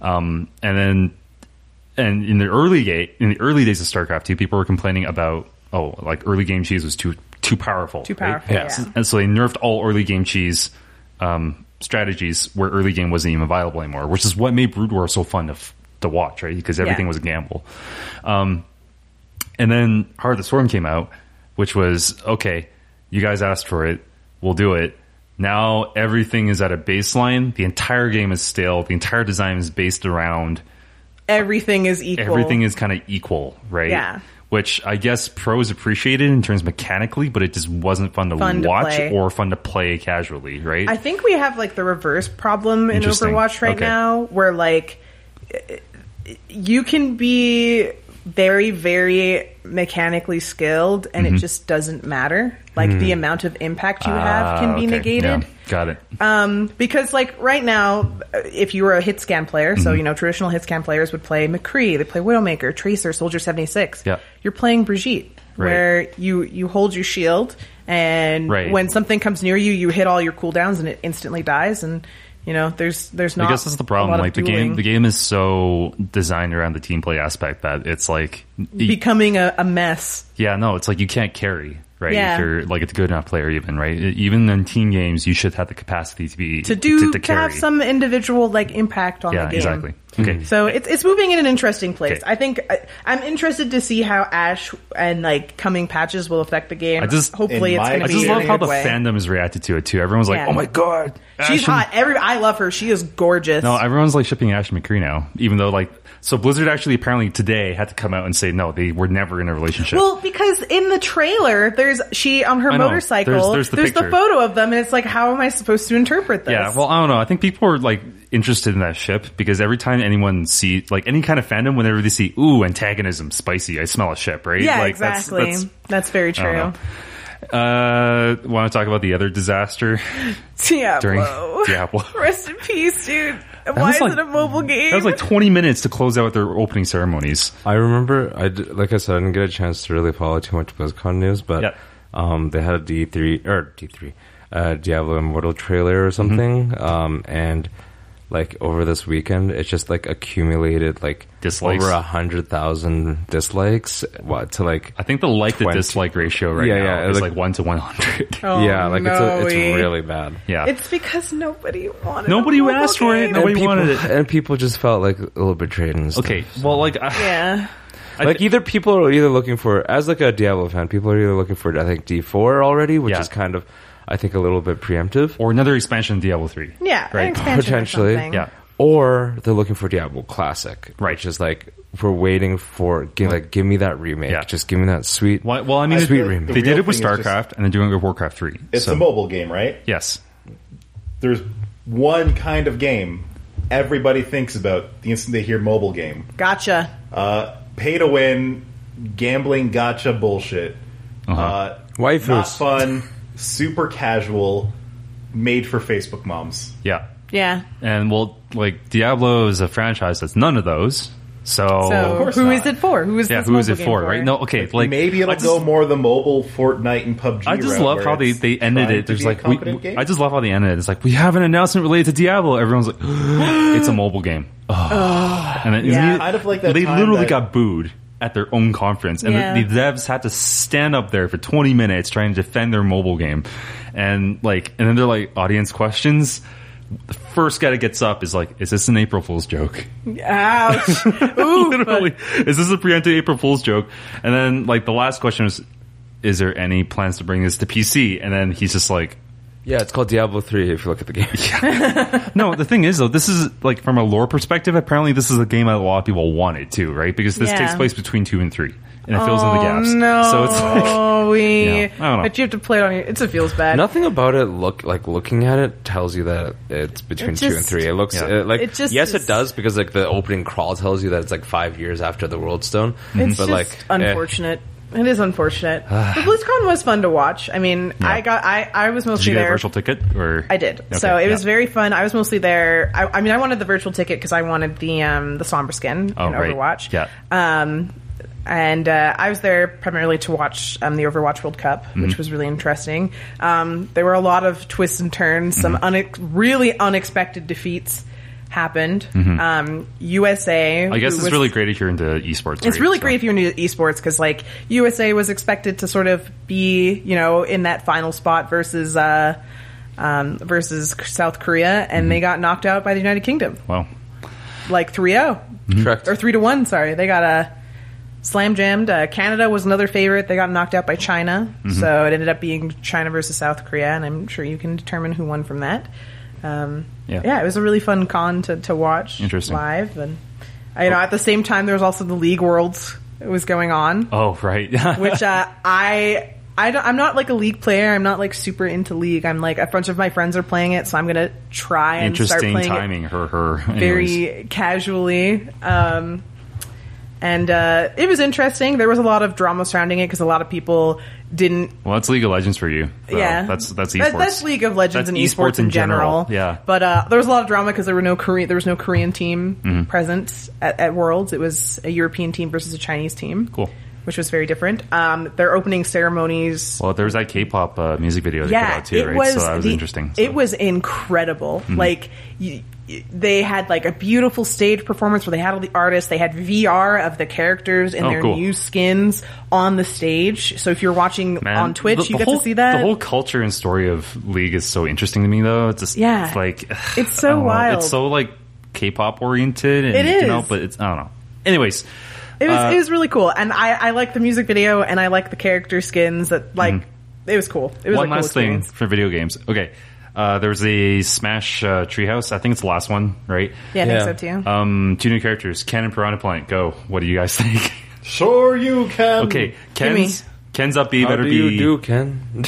Speaker 2: Um, and then and in the early gate in the early days of StarCraft 2, people were complaining about oh, like early game cheese was too too powerful.
Speaker 3: Too
Speaker 2: right?
Speaker 3: powerful, Yeah. yeah.
Speaker 2: And so they nerfed all early game cheese um, strategies where early game wasn't even viable anymore, which is what made Brood War so fun to f- to watch, right? Because everything
Speaker 3: Yeah.
Speaker 2: was a gamble. Um, and then Heart of the Storm came out, which was okay. You guys asked for it. We'll do it. Now everything is at a baseline. The entire game is stale. The entire design is based around
Speaker 3: Everything is equal.
Speaker 2: everything is kind of equal, right?
Speaker 3: Yeah.
Speaker 2: Which I guess pros appreciated in terms mechanically, but it just wasn't fun to
Speaker 3: Fun to
Speaker 2: watch
Speaker 3: play.
Speaker 2: or fun to play casually, right?
Speaker 3: I think we have like the reverse problem in
Speaker 2: Interesting.
Speaker 3: Overwatch right
Speaker 2: Okay.
Speaker 3: now, where like you can be very, very mechanically skilled, and
Speaker 2: Mm-hmm.
Speaker 3: it just doesn't matter. Like the amount of impact you have can
Speaker 2: Ah,
Speaker 3: be
Speaker 2: okay.
Speaker 3: negated
Speaker 2: Yeah. Got it.
Speaker 3: because like right now uh, if you were a hit scan player
Speaker 2: Mm-hmm.
Speaker 3: so you know traditional hit scan players would play mccree they play widowmaker tracer soldier 76
Speaker 2: Yeah.
Speaker 3: you're playing brigitte
Speaker 2: Right.
Speaker 3: where you you hold your shield and
Speaker 2: Right.
Speaker 3: when something comes near you you hit all your cooldowns and it instantly dies and you know there's there's not
Speaker 2: I guess that's the
Speaker 3: Um, a lot
Speaker 2: problem.
Speaker 3: of
Speaker 2: Like the game,
Speaker 3: dueling
Speaker 2: the game is so designed around the team play aspect that it's like, y-
Speaker 3: becoming a, a mess
Speaker 2: yeah, no, it's like you can't carry, right?
Speaker 3: Yeah.
Speaker 2: If you're like a good enough player, even right, E, even in team games, you should have the capacity to be
Speaker 3: to do to,
Speaker 2: carry.
Speaker 3: have some individual like impact on
Speaker 2: yeah,
Speaker 3: the game
Speaker 2: exactly. Okay.
Speaker 3: So it's it's moving in an interesting place.
Speaker 2: Okay.
Speaker 3: I think I, I'm interested to see how Ash and like coming patches will affect the game.
Speaker 2: I just-
Speaker 3: hopefully
Speaker 4: In
Speaker 3: it's
Speaker 4: my
Speaker 3: going to
Speaker 2: I
Speaker 3: be.
Speaker 2: just
Speaker 3: in
Speaker 2: love
Speaker 3: a
Speaker 2: how
Speaker 3: good
Speaker 2: the
Speaker 3: way.
Speaker 2: fandom is reacted to it too. Everyone's like,
Speaker 3: Yeah.
Speaker 2: "Oh my god,
Speaker 3: She's
Speaker 2: Ash and-
Speaker 3: hot. Every I love her. She is gorgeous.
Speaker 2: No, Oh, everyone's like shipping Ash and McCree now, even though like so Blizzard actually apparently today had to come out and say no, they were never in a relationship.
Speaker 3: well, because in the trailer, there's she on her
Speaker 2: I know.
Speaker 3: motorcycle.
Speaker 2: There's- there's the picture.
Speaker 3: photo of them, and it's like, how am I supposed to interpret this?
Speaker 2: yeah, well, I don't know. I think people are like interested in that ship because every time anyone see like any kind of fandom, whenever they see ooh antagonism, spicy, I smell a ship, right?
Speaker 3: yeah,
Speaker 2: like, that's-
Speaker 3: exactly. That's,
Speaker 2: that's-
Speaker 3: very
Speaker 2: I
Speaker 3: true.
Speaker 2: uh, want to talk about the other disaster?
Speaker 3: Diablo.
Speaker 2: During Diablo.
Speaker 3: Rest in peace, dude. Why
Speaker 2: was
Speaker 3: is
Speaker 2: like-
Speaker 3: it a mobile game?
Speaker 2: That was like 20 minutes to close out their opening ceremonies.
Speaker 1: I remember, I d- like I said, I didn't get a chance to really follow too much BlizzCon news, but
Speaker 2: Yeah.
Speaker 1: um, they had a D3 or D3 uh, Diablo Immortal trailer or
Speaker 2: Mm-hmm.
Speaker 1: something, um, and like over this weekend, it just like accumulated like
Speaker 2: Dislikes.
Speaker 1: over a hundred thoand dislikes. What to like?
Speaker 2: I think the like to
Speaker 1: 20.
Speaker 2: dislike ratio right
Speaker 1: Yeah,
Speaker 2: now
Speaker 1: yeah,
Speaker 2: is
Speaker 1: like-
Speaker 2: like, one to 100.
Speaker 3: Oh,
Speaker 1: yeah, like it's a,
Speaker 3: no-y.
Speaker 1: it's really bad.
Speaker 2: yeah.
Speaker 3: It's because nobody wanted.
Speaker 2: Nobody
Speaker 3: a mobile
Speaker 2: asked for it.
Speaker 3: game.
Speaker 2: Nobody
Speaker 1: and people,
Speaker 2: wanted it.
Speaker 1: and people just felt like a little betrayed. And stuff.
Speaker 2: okay. Well, like, uh, I,
Speaker 3: Yeah.
Speaker 2: I
Speaker 1: like either people are either looking for as like a Diablo fan, people are either looking for I think D four already, which
Speaker 2: Yeah.
Speaker 1: is kind of I think a little bit preemptive,
Speaker 2: or another expansion of Diablo 3.
Speaker 3: Yeah. an
Speaker 2: Right.
Speaker 3: expansion or
Speaker 1: Potentially.
Speaker 3: something.
Speaker 2: Yeah.
Speaker 1: or they're looking for Diablo Classic,
Speaker 2: Right.
Speaker 1: Which is like we're waiting for give, like give me that remake,
Speaker 2: Yeah.
Speaker 1: just give me that sweet.
Speaker 2: Why- Well, I mean,
Speaker 1: I
Speaker 2: it's-
Speaker 1: feel like the
Speaker 2: they did
Speaker 4: real
Speaker 2: it with
Speaker 4: thing is
Speaker 2: StarCraft,
Speaker 4: just-
Speaker 2: and they're doing it with Warcraft 3.
Speaker 4: It's
Speaker 2: so,
Speaker 4: a mobile game, right?
Speaker 2: Yes.
Speaker 4: There's one kind of game everybody thinks about the instant they hear mobile game.
Speaker 3: Gotcha.
Speaker 4: Uh, pay to win, gambling gotcha bullshit.
Speaker 2: Uh-huh.
Speaker 4: Uh,
Speaker 1: Waifus.
Speaker 4: Not fun, super casual, made for Facebook moms.
Speaker 2: Yeah.
Speaker 3: Yeah.
Speaker 2: And, well, like, Diablo is a franchise that's none of those. So,
Speaker 4: of
Speaker 3: So
Speaker 4: course
Speaker 3: who
Speaker 4: not.
Speaker 3: is it for? Who is
Speaker 2: yeah,
Speaker 3: this
Speaker 2: who is it
Speaker 3: mobile game
Speaker 2: for, right? No, okay. Like,
Speaker 4: Maybe it'll
Speaker 2: I
Speaker 4: go
Speaker 2: just-
Speaker 4: more the mobile Fortnite and PUBG.
Speaker 2: I just
Speaker 4: route
Speaker 2: love
Speaker 4: where
Speaker 2: how they,
Speaker 4: it's
Speaker 2: they ended
Speaker 4: trying
Speaker 2: it.
Speaker 4: to
Speaker 2: There's
Speaker 4: be a
Speaker 2: like, we,
Speaker 4: competent game.
Speaker 2: I just love how they ended it. It's like we have an announcement related to Diablo. Everyone's like, it's a mobile game. Oh. and then,
Speaker 3: Yeah.
Speaker 2: they-
Speaker 4: Kind of like that
Speaker 2: They
Speaker 4: time
Speaker 2: literally
Speaker 4: that-
Speaker 2: got booed at their own conference, and
Speaker 3: Yeah.
Speaker 2: the, the devs had to stand up there for 20 minutes trying to defend their mobile game, and like, and then they're like audience questions. The first guy that gets up is like, "Is this an April Fool's joke?"
Speaker 3: Ouch. Ooh.
Speaker 2: Literally, is this a preempted April Fool's joke? And then, like, the last question is, is there any plans to bring this to PC? And then he's just like,
Speaker 1: yeah, it's called Diablo three. If you look at the game,
Speaker 2: no, the thing is though, this is like from a lore perspective. Apparently, this is a game that a lot of people wanted too, right? Because this
Speaker 3: Yeah.
Speaker 2: takes place between two and three, and it fills in the gaps.
Speaker 3: Oh, No,
Speaker 2: So it's like,
Speaker 3: we.
Speaker 2: Yeah, I don't know.
Speaker 3: But you have to play it on your. It's a feels bad.
Speaker 1: nothing about it look like looking at it tells you that it's between
Speaker 3: It
Speaker 1: two and
Speaker 3: just-
Speaker 1: three. It looks
Speaker 2: Yeah.
Speaker 1: uh, like
Speaker 3: It just
Speaker 1: yes,
Speaker 3: is-
Speaker 1: it does because like the opening crawl tells you that it's like five years after the World Stone,
Speaker 3: It's
Speaker 1: but
Speaker 3: just
Speaker 1: like eh.
Speaker 3: unfortunate. It is unfortunate. but BlizzCon was fun to watch. I mean, I got I I was
Speaker 2: did you
Speaker 3: mostly
Speaker 2: get a
Speaker 3: there.
Speaker 2: virtual ticket or
Speaker 3: I did. so it was very fun. I was mostly there. I, I mean, I wanted the virtual ticket because I wanted the um the somber skin
Speaker 2: Oh,
Speaker 3: in
Speaker 2: right.
Speaker 3: Overwatch.
Speaker 2: Yeah.
Speaker 3: Um, and uh, I was there primarily to watch um, the Overwatch World Cup,
Speaker 2: Mm-hmm.
Speaker 3: which was really interesting. Um, there were a lot of twists and turns. Some
Speaker 2: Mm-hmm.
Speaker 3: une- really unexpected defeats happened. Um, USA.
Speaker 2: Mm-hmm. I guess
Speaker 3: who
Speaker 2: it's
Speaker 3: was-
Speaker 2: really great if you're into esports.
Speaker 3: it's
Speaker 2: right?
Speaker 3: really
Speaker 2: So-
Speaker 3: great if you're new to esports because like USA was expected to sort of be you know in that final spot versus uh, um, versus South Korea and they got knocked out by the United Kingdom
Speaker 2: Wow.
Speaker 3: like oh. 3-0
Speaker 1: correct.
Speaker 3: or three to one. Sorry, they got uh, slam jammed. Uh, Canada was another favorite. They got knocked out by China,
Speaker 2: Mm-hmm.
Speaker 3: so it ended up being China versus South Korea, and I'm sure you can determine who won from that. Um,
Speaker 2: Yeah.
Speaker 3: yeah. it was a really fun con to, to watch
Speaker 2: Interesting.
Speaker 3: live, and uh, you know at the same time there was also the League Worlds was going on,
Speaker 2: Oh right. Yeah.
Speaker 3: which uh, I. I don't, I'm not like a league player. I'm not like super into league. I'm like a bunch of my friends are playing it, so I'm gonna try and start
Speaker 2: Interesting
Speaker 3: playing it
Speaker 2: timing. Her. Her. Anyways.
Speaker 3: very casually. Um, and uh, it was interesting. There was a lot of drama surrounding it because a lot of people didn't.
Speaker 2: Well, that's League of Legends for you. So
Speaker 3: yeah,
Speaker 2: That's that's
Speaker 3: That-
Speaker 2: esports.
Speaker 3: that's League of
Speaker 2: That's
Speaker 3: Legends and esports, in general.
Speaker 2: Yeah.
Speaker 3: but uh, there was a lot of drama because there were no Korean. There was no Korean team
Speaker 2: Mm-hmm.
Speaker 3: present at, at Worlds. It was a European team versus a Chinese team.
Speaker 2: Cool.
Speaker 3: which was very different. Um, their opening ceremonies
Speaker 2: Well, there was that K-pop uh, music video they put
Speaker 3: yeah,
Speaker 2: out too,
Speaker 3: it
Speaker 2: right?
Speaker 3: was
Speaker 2: so that was
Speaker 3: the-
Speaker 2: interesting. so. Mm-hmm.
Speaker 3: It was incredible. Like you, you- they had like a beautiful stage performance where they had all the artists. They had VR of the characters in
Speaker 2: Oh,
Speaker 3: their
Speaker 2: cool.
Speaker 3: new skins on the stage. So if you're watching
Speaker 2: Man,
Speaker 3: on Twitch,
Speaker 2: the-
Speaker 3: you
Speaker 2: the
Speaker 3: get
Speaker 2: whole-
Speaker 3: to see that.
Speaker 2: The whole culture and story of League is so interesting to me, though. It's just,
Speaker 3: Yeah.
Speaker 2: it's like
Speaker 3: It's so
Speaker 2: I don't know.
Speaker 3: wild.
Speaker 2: It's so like K-pop oriented. And,
Speaker 3: It
Speaker 2: You know,
Speaker 3: is.
Speaker 2: but it's I don't know. Anyways,
Speaker 3: It was
Speaker 2: Uh,
Speaker 3: it was really cool, and I I like the music video, and I like the character skins. That like it was cool. It
Speaker 2: Mm-hmm.
Speaker 3: was
Speaker 2: one
Speaker 3: a cool
Speaker 2: last thing
Speaker 3: experience.
Speaker 2: for video games. Okay, uh, there was a Smash uh, Treehouse. I think it's the last one, right?
Speaker 3: Yeah, I
Speaker 1: Yeah.
Speaker 3: think so too.
Speaker 2: Um, two new characters, Ken and Piranha Plant. Go. What do you guys think?
Speaker 4: Sure, you can.
Speaker 2: okay, Ken's Ken's up B
Speaker 1: How
Speaker 2: better
Speaker 1: do
Speaker 2: be
Speaker 1: you do, Ken?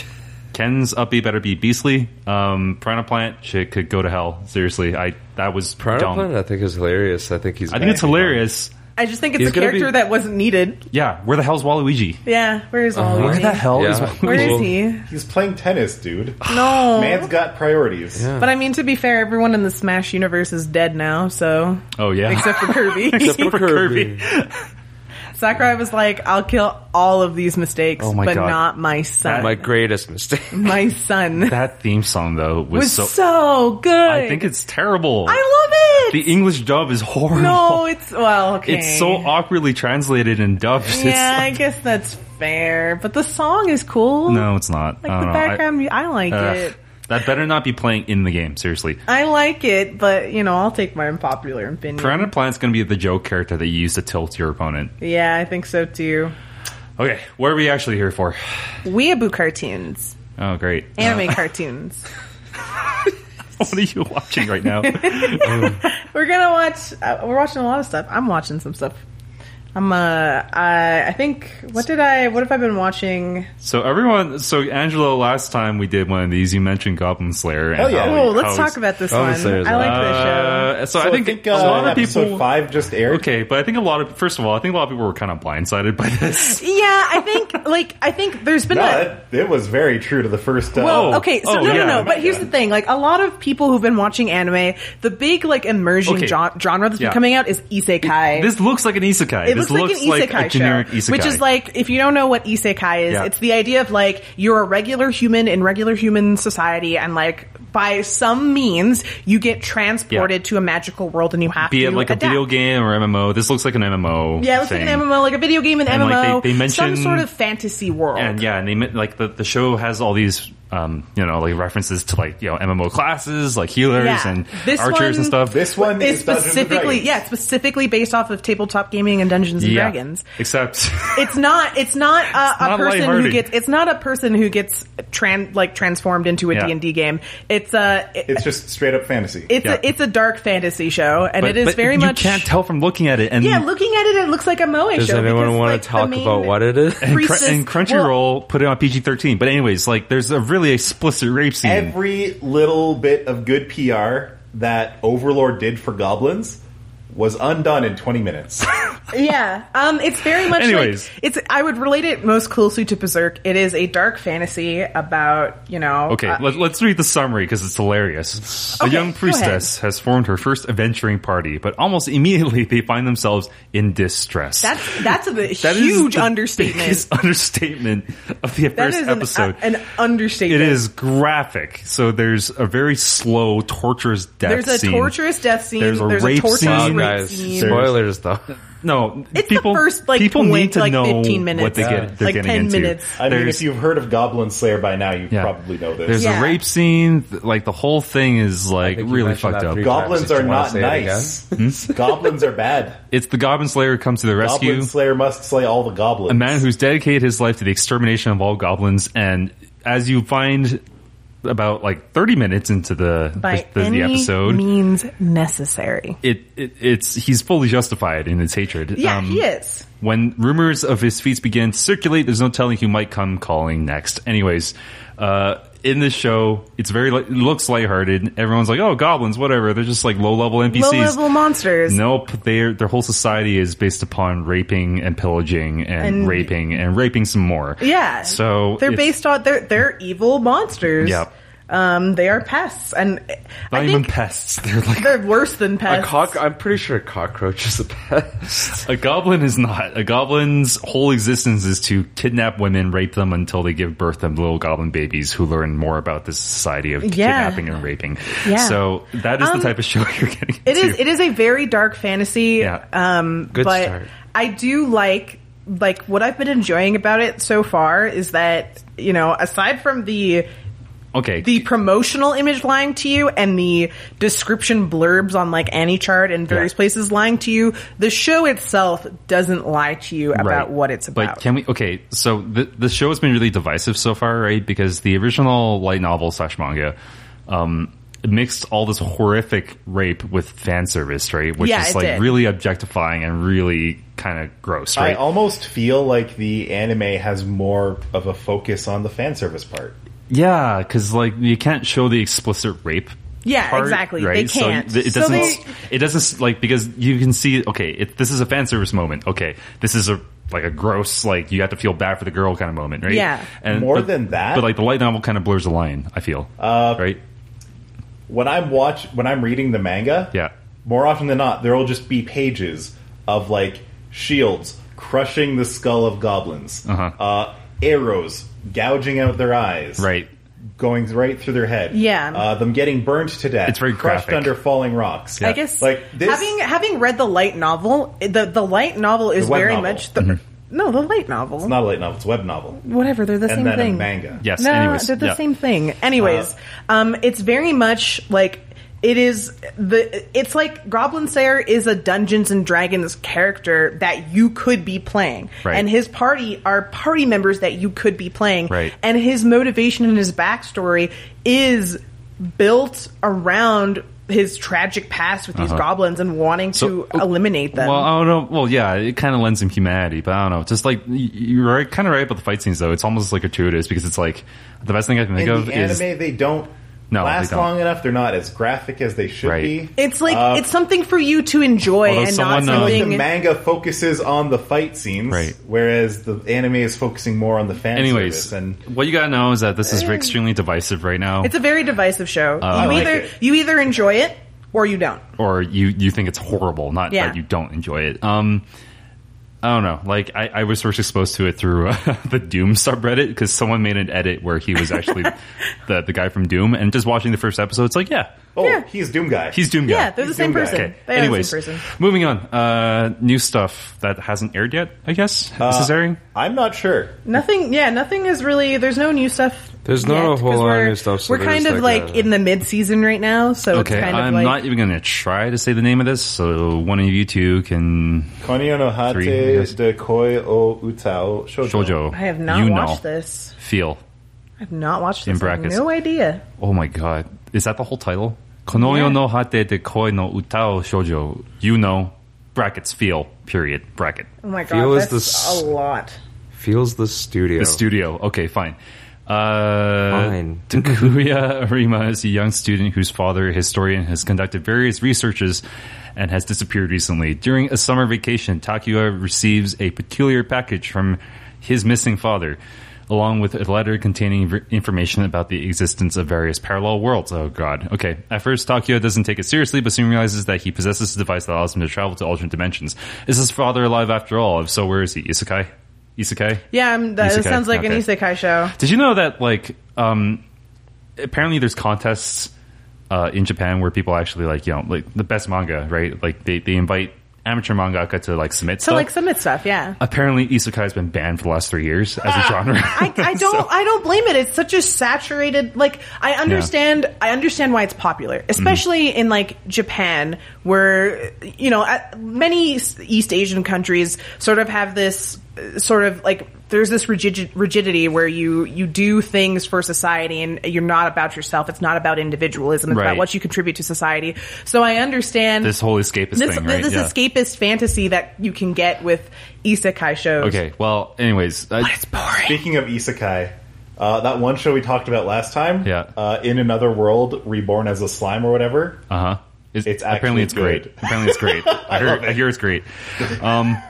Speaker 2: Ken's up B better be beastly. Um, Piranha Plant shit could go to hell. Seriously, I that was
Speaker 1: Piranha
Speaker 2: dumb.
Speaker 1: Plant, I think is hilarious. I think he's.
Speaker 2: I think it's hilarious.
Speaker 3: I just think it's
Speaker 1: he's
Speaker 3: a
Speaker 1: gonna
Speaker 3: character
Speaker 1: be-
Speaker 3: that wasn't needed.
Speaker 2: Yeah, where the hell's Waluigi?
Speaker 3: Yeah, where is Waluigi?
Speaker 2: Uh-huh. Where the hell is
Speaker 1: Yeah.
Speaker 3: Where is
Speaker 1: Cool.
Speaker 3: he?
Speaker 4: He's playing tennis, dude.
Speaker 3: No.
Speaker 4: Man's got priorities.
Speaker 1: Yeah.
Speaker 3: But I mean, to be fair, everyone in the Smash universe is dead now, so
Speaker 2: Oh yeah,
Speaker 3: except for Kirby.
Speaker 1: Except for Kirby.
Speaker 3: Sakurai was like, "I'll kill all of these mistakes,
Speaker 2: Oh my
Speaker 3: but
Speaker 2: God.
Speaker 3: not my son.
Speaker 1: My
Speaker 3: My,
Speaker 1: greatest mistake.
Speaker 3: son
Speaker 2: that theme song though was,
Speaker 3: was so,
Speaker 2: so.
Speaker 3: good.
Speaker 2: I think it's terrible.
Speaker 3: I love it.
Speaker 2: the English dub is horrible.
Speaker 3: no, it's well, okay.
Speaker 2: It's so awkwardly translated and dubbed. It's
Speaker 3: Yeah, I
Speaker 2: like-
Speaker 3: guess that's fair. But the song is cool.
Speaker 2: no, it's not. Uh, I don't
Speaker 3: like the
Speaker 2: know. I-
Speaker 3: background. mu- I, like
Speaker 2: Ugh.
Speaker 3: it.
Speaker 2: that better not be playing in the game. Seriously,
Speaker 3: I like it, but you know, I'll take my unpopular opinion.
Speaker 2: Piranha Plant's going to be the joke character that you use to tilt your opponent.
Speaker 3: yeah, I think so too.
Speaker 2: Okay, what are we actually here for?
Speaker 3: Weeaboo cartoons,
Speaker 2: Oh, great.
Speaker 3: anime cartoons.
Speaker 2: What are you watching right now?
Speaker 3: We're gonna watch. Uh, we're watching a lot of stuff. I'm watching some stuff. I'm uh, I, I think. What did I? What have I been watching?
Speaker 2: so everyone, so Angela, last time we did one of these, you mentioned Goblin Slayer. And
Speaker 4: Hell yeah.
Speaker 2: how we-
Speaker 3: Oh,
Speaker 2: how
Speaker 3: let's
Speaker 2: it's-
Speaker 3: talk about this
Speaker 1: Oh,
Speaker 3: one.
Speaker 1: this is-
Speaker 3: I like this show.
Speaker 2: Uh, so,
Speaker 4: So
Speaker 2: I think,
Speaker 4: uh,
Speaker 2: a lot of
Speaker 4: episode
Speaker 2: people.
Speaker 4: five just aired.
Speaker 2: Okay, but I think a lot of first of all, I think a lot of people were kind of blindsided by this.
Speaker 3: Yeah, I think like I think there's been
Speaker 4: No,
Speaker 3: a
Speaker 4: that, it was very true to the first. Uh,
Speaker 3: Well,
Speaker 2: Oh,
Speaker 3: okay, so
Speaker 2: oh,
Speaker 3: no,
Speaker 2: yeah.
Speaker 3: no, no. But here's the thing: like a lot of people who've been watching anime, the big like emerging
Speaker 2: Okay.
Speaker 3: gen- genre that's
Speaker 2: Yeah.
Speaker 3: been coming out is isekai.
Speaker 2: This looks like an isekai.
Speaker 3: it
Speaker 2: this
Speaker 3: looks like an isekai
Speaker 2: a generic
Speaker 3: show,
Speaker 2: isekai,
Speaker 3: which is like if you don't know what isekai is,
Speaker 2: Yeah.
Speaker 3: it's the idea of like you're a regular human in regular human society, and like by some means you get transported to a magical world, and you have
Speaker 2: be
Speaker 3: to
Speaker 2: it like
Speaker 3: adapt.
Speaker 2: a video game or MMO. This looks like an MMO.
Speaker 3: Yeah, it looks
Speaker 2: thing.
Speaker 3: like an MMO, like a video game and,
Speaker 2: And, like,
Speaker 3: MMO,
Speaker 2: they- they mention-
Speaker 3: some sort of fantasy world.
Speaker 2: and yeah, and they meant like the, the show has all these um, you know like references to like you know MMO classes like healers
Speaker 3: Yeah.
Speaker 2: and
Speaker 3: This
Speaker 2: archers
Speaker 3: one-
Speaker 2: and stuff.
Speaker 4: this one
Speaker 3: It's
Speaker 4: is Dungeons and
Speaker 3: specifically,
Speaker 4: Dragons.
Speaker 3: yeah, it's specifically based off of tabletop gaming and Dungeons and
Speaker 2: Yeah.
Speaker 3: Dragons.
Speaker 2: except
Speaker 3: It's not. It's not a, a
Speaker 2: not
Speaker 3: person who
Speaker 2: lighthearted.
Speaker 3: gets. It's not a person who gets tran like transformed into a
Speaker 2: Yeah.
Speaker 3: D and D game. It's a. it-
Speaker 4: It's just straight up fantasy.
Speaker 3: it's
Speaker 2: yeah.
Speaker 3: a. It's a dark fantasy show, and it is very
Speaker 2: you
Speaker 3: much.
Speaker 2: can't tell from looking at it. And
Speaker 3: yeah, looking at it, it looks like a moe
Speaker 1: Does
Speaker 3: show.
Speaker 1: anyone
Speaker 3: because,
Speaker 1: want
Speaker 3: like,
Speaker 1: to
Speaker 3: the
Speaker 1: talk
Speaker 3: main
Speaker 1: about what it is?
Speaker 2: and, Cr-
Speaker 3: priestess-
Speaker 2: and Crunchyroll put it on PG thirteen. But anyways, like there's a really explicit rape scene.
Speaker 4: Every little bit of good PR that Overlord did for goblins was undone in 20 minutes.
Speaker 3: Yeah. Um, it's very much
Speaker 2: Anyways.
Speaker 3: like it's I would relate it most closely to Berserk. It is a dark fantasy about, you know
Speaker 2: Okay,
Speaker 3: uh,
Speaker 2: let, us read the summary because it's hilarious. a
Speaker 3: Okay,
Speaker 2: young
Speaker 3: go
Speaker 2: priestess has formed her first adventuring party, but almost immediately they find themselves in distress.
Speaker 3: that's that's a
Speaker 2: That is
Speaker 3: huge
Speaker 2: the
Speaker 3: understatement.
Speaker 2: biggest understatement of the
Speaker 3: that
Speaker 2: first
Speaker 3: is an- uh,
Speaker 2: episode.
Speaker 3: An, understatement.
Speaker 2: it is graphic. So there's a very slow, torturous death
Speaker 3: There's a
Speaker 2: scene.
Speaker 3: torturous death scene.
Speaker 2: There's
Speaker 3: There's
Speaker 2: a
Speaker 3: a,
Speaker 2: rape
Speaker 3: torturous
Speaker 2: scene.
Speaker 1: Wow,
Speaker 3: rape
Speaker 1: Oh, guys,
Speaker 3: scene.
Speaker 1: spoilers though.
Speaker 2: No,
Speaker 3: It's the
Speaker 2: people,
Speaker 3: first, like,
Speaker 2: people
Speaker 3: point
Speaker 2: need to
Speaker 3: to, like,
Speaker 2: know
Speaker 3: 15 minutes.
Speaker 2: what they
Speaker 4: Yeah.
Speaker 2: get, they're
Speaker 3: Like,
Speaker 2: getting
Speaker 3: 10
Speaker 2: into.
Speaker 3: minutes.
Speaker 4: I mean,
Speaker 2: There's-
Speaker 4: if you've heard of Goblin Slayer by now, you
Speaker 2: yeah.
Speaker 4: probably know this.
Speaker 2: There's
Speaker 3: Yeah.
Speaker 2: a rape scene. th- Like the whole thing is like
Speaker 1: think you
Speaker 2: really
Speaker 1: mentioned
Speaker 2: fucked
Speaker 1: that
Speaker 2: up.
Speaker 1: three-
Speaker 4: Goblins
Speaker 1: Did you
Speaker 4: are
Speaker 1: wanna
Speaker 4: not
Speaker 1: say it Hmm?
Speaker 4: nice. goblins are bad.
Speaker 2: It's the Goblin Slayer comes to the rescue.
Speaker 4: Goblin Slayer must slay all the goblins.
Speaker 2: a man who's dedicated his life to the extermination of all goblins and as you find about like 30 minutes into the
Speaker 3: By
Speaker 2: the, the
Speaker 3: any
Speaker 2: episode
Speaker 3: means necessary.
Speaker 2: it, it it's he's fully justified in his hatred
Speaker 3: Yeah,
Speaker 2: Um,
Speaker 3: he is.
Speaker 2: when rumors of his feats begin to circulate there's no telling who might come calling next anyways uh in this show, it's very li- it looks lighthearted. Everyone's like, "Oh, goblins, whatever." They're just like low-level NPCs.
Speaker 3: Low level monsters.
Speaker 2: Nope, their their whole society is based upon raping and pillaging and,
Speaker 3: And-
Speaker 2: raping and raping some more.
Speaker 3: Yeah.
Speaker 2: So
Speaker 3: they're
Speaker 2: it's
Speaker 3: based on they're they're evil monsters.
Speaker 2: Yep.
Speaker 3: Um, they are pests, and
Speaker 2: Not
Speaker 3: I
Speaker 2: even
Speaker 3: think
Speaker 2: pests. They're like
Speaker 3: they're worse than
Speaker 1: A
Speaker 3: pests.
Speaker 1: cock. I'm pretty sure cockroach is the best.
Speaker 2: a goblin is not a goblin's whole existence is to kidnap women, rape them until they give birth to little goblin babies who learn more about this society of kidnapping and raping.
Speaker 3: Yeah.
Speaker 2: So that is
Speaker 3: Um,
Speaker 2: the type of show you're getting.
Speaker 3: It is. It is a very dark fantasy.
Speaker 2: Yeah.
Speaker 3: Um,
Speaker 1: Good
Speaker 3: but
Speaker 1: start.
Speaker 3: I do like like what I've been enjoying about it so far is that you know aside from the
Speaker 2: Okay.
Speaker 3: the promotional image lying to you and the description blurbs on like AnyChart and various
Speaker 2: Yeah.
Speaker 3: places lying to you. The show itself doesn't lie to you about
Speaker 2: Right.
Speaker 3: what it's about.
Speaker 2: But can we? Okay, so the the show has been really divisive so far, right? Because the original light novel slash manga um, mixed all this horrific rape with fan service, right? Which
Speaker 3: Yeah,
Speaker 2: is
Speaker 3: it
Speaker 2: like
Speaker 3: did.
Speaker 2: really objectifying and really kind of gross,
Speaker 4: I
Speaker 2: right?
Speaker 4: almost feel like the anime has more of a focus on the fan service part.
Speaker 2: yeah, because like you can't show the explicit rape.
Speaker 3: Yeah,
Speaker 2: part,
Speaker 3: exactly. They
Speaker 2: Right? So
Speaker 3: can't.
Speaker 2: th- it
Speaker 3: So
Speaker 2: doesn't.
Speaker 3: they-
Speaker 2: it doesn't like because you can see. Okay, it, this is a fan service moment. Okay, this is a like a gross like you have to feel bad for the girl kind of moment, right?
Speaker 3: Yeah.
Speaker 2: And
Speaker 4: More
Speaker 2: but-
Speaker 4: than that-
Speaker 2: but like the light novel kind of blurs the line. I feel. Uh, right.
Speaker 4: When I'm watch when I'm reading the manga,
Speaker 2: Yeah.
Speaker 4: more often than not, there will just be pages of like shields crushing the skull of goblins,
Speaker 2: Uh-huh.
Speaker 4: uh, arrows gouging out their eyes,
Speaker 2: Right.
Speaker 4: going right through their head,
Speaker 3: Yeah.
Speaker 4: uh, them getting burnt to death,
Speaker 2: It's very
Speaker 4: crushed
Speaker 2: graphic.
Speaker 4: under falling rocks.
Speaker 2: Yeah.
Speaker 3: I guess
Speaker 4: like this.
Speaker 3: having having read the light novel, the the light novel is
Speaker 4: The web
Speaker 3: very
Speaker 4: novel.
Speaker 3: much the no the light novel.
Speaker 4: it's not a light novel; it's a web novel,
Speaker 3: Whatever, they're the same
Speaker 4: and then
Speaker 3: thing.
Speaker 4: a manga.
Speaker 2: Yes.
Speaker 3: No,
Speaker 2: anyways,
Speaker 3: they're the
Speaker 2: yeah. Uh,
Speaker 3: same thing. Anyways, um, it's very much like it is the. It's like Goblin Slayer is a Dungeons and Dragons character that you could be playing,
Speaker 2: Right.
Speaker 3: and his party are party members that you could be playing,
Speaker 2: Right.
Speaker 3: and his motivation and his backstory is built around his tragic past with these goblins and wanting
Speaker 2: Uh-huh. So- oh,
Speaker 3: to eliminate them.
Speaker 2: Well, um, I don't know. Well, yeah, it kind of lends him humanity, but I don't know. Just like y- you're right, kind of right about the fight scenes, though. It's almost like gratuitous because it's like the best thing I can think
Speaker 4: In
Speaker 2: of
Speaker 4: the
Speaker 2: is
Speaker 4: anime, they don't
Speaker 2: No, they
Speaker 4: last
Speaker 2: don't.
Speaker 4: long enough. They're not as graphic as they should
Speaker 2: Right.
Speaker 4: be.
Speaker 3: it's like
Speaker 4: Uh,
Speaker 3: it's something for you to enjoy
Speaker 2: although
Speaker 3: and not
Speaker 2: someone, uh,
Speaker 4: like
Speaker 3: something.
Speaker 4: the manga focuses on the fight scenes,
Speaker 2: Right.
Speaker 4: whereas the anime is focusing more on the fan
Speaker 2: Anyways,
Speaker 4: service. And
Speaker 2: what you gotta know is that this is extremely divisive right now,
Speaker 3: It's a very divisive show.
Speaker 2: Oh,
Speaker 4: I
Speaker 3: you
Speaker 4: like
Speaker 3: either
Speaker 4: it.
Speaker 3: you either enjoy it or you don't.
Speaker 2: or you you think it's horrible, not
Speaker 3: Yeah.
Speaker 2: that you don't enjoy it. Um, I don't know. Like I, I was first exposed to it through uh, the Doom subreddit because someone made an edit where he was actually the the guy from Doom, and just watching the first episode, it's like, yeah,
Speaker 4: oh,
Speaker 3: Yeah.
Speaker 4: he's Doom Guy.
Speaker 2: he's Doom guy.
Speaker 3: Yeah, they're the
Speaker 4: He's
Speaker 3: same
Speaker 4: doing
Speaker 3: person.
Speaker 4: that.
Speaker 2: Okay.
Speaker 3: They
Speaker 2: Anyways,
Speaker 3: are the same person.
Speaker 2: moving on. Uh, new stuff that hasn't aired yet. I guess
Speaker 3: Uh,
Speaker 2: this is airing.
Speaker 4: I'm not sure.
Speaker 3: Nothing. Yeah, nothing is really. There's no new stuff.
Speaker 1: There's not
Speaker 3: yet,
Speaker 1: a whole
Speaker 3: 'cause
Speaker 1: lot of
Speaker 3: we're-
Speaker 1: new stuff, so
Speaker 3: we're kind
Speaker 1: there's
Speaker 3: of
Speaker 1: like uh,
Speaker 3: like
Speaker 1: a-
Speaker 3: in the mid season right now, so
Speaker 2: Okay,
Speaker 3: it's kind
Speaker 2: I'm
Speaker 3: of like
Speaker 2: not even going to try to say the name of this, so one of you two can
Speaker 4: Konyo no hate
Speaker 2: Three, yes.
Speaker 4: de koi o utao shoujo.
Speaker 2: Jojo.
Speaker 3: I have not
Speaker 2: you
Speaker 3: watched
Speaker 2: know,
Speaker 3: this.
Speaker 2: Feel.
Speaker 3: I've not watched this.
Speaker 2: In
Speaker 3: I have
Speaker 2: brackets.
Speaker 3: no idea.
Speaker 2: Oh my god, is that the whole title? Konoyo
Speaker 3: Yeah.
Speaker 2: no hate de koi no utao shoujo. You know, brackets feel. Period. Bracket.
Speaker 3: Oh my god,
Speaker 1: Feel is
Speaker 3: that's
Speaker 1: this-
Speaker 3: a lot.
Speaker 1: Feels the studio.
Speaker 2: The studio. Okay, fine. Uh,
Speaker 1: Fine.
Speaker 2: Takuya Arima is a young student whose father, a historian, has conducted various researches and has disappeared recently. During a summer vacation, Takuya receives a peculiar package from his missing father, along with a letter containing v- information about the existence of various parallel worlds. Oh, God. Okay. At first, Takuya doesn't take it seriously, but soon realizes that he possesses a device that allows him to travel to alternate dimensions. Is his father alive after all? If so, where is he? Isekai? Isekai?
Speaker 3: Yeah, I'm, that
Speaker 2: Isekai,
Speaker 3: sounds like an
Speaker 2: okay.
Speaker 3: isekai show.
Speaker 2: Did you know that like um apparently there's contests uh in Japan where people actually like you know like the best manga, right? Like they, they invite amateur mangaka to like submit
Speaker 3: So
Speaker 2: stuff.
Speaker 3: like submit stuff, yeah.
Speaker 2: apparently isekai has been banned for the last 3 years as a genre.
Speaker 3: Ah, I, I don't I don't blame it. It's such a saturated like I understand I understand why it's popular, especially
Speaker 2: Mm-hmm.
Speaker 3: in like Japan, where you know at- many s- East Asian countries sort of have this uh, sort of like there's this rigid, rigidity where you you do things for society and you're not about yourself. It's not about individualism. It's
Speaker 2: Right.
Speaker 3: about what you contribute to society. So I understand
Speaker 2: this whole escapist
Speaker 3: this,
Speaker 2: thing, right?
Speaker 3: this
Speaker 2: Yeah.
Speaker 3: escapist fantasy that you can get with isekai shows.
Speaker 2: okay, well, anyways, I,
Speaker 3: it's boring.
Speaker 4: Speaking of isekai, uh, that one show we talked about last time,
Speaker 2: Yeah.
Speaker 4: uh, in another world, reborn as a slime or whatever.
Speaker 2: Uh huh.
Speaker 4: It's
Speaker 2: apparently
Speaker 4: actually
Speaker 2: it's
Speaker 4: good.
Speaker 2: great. Apparently it's great. I, heard, I hear it's great. Um,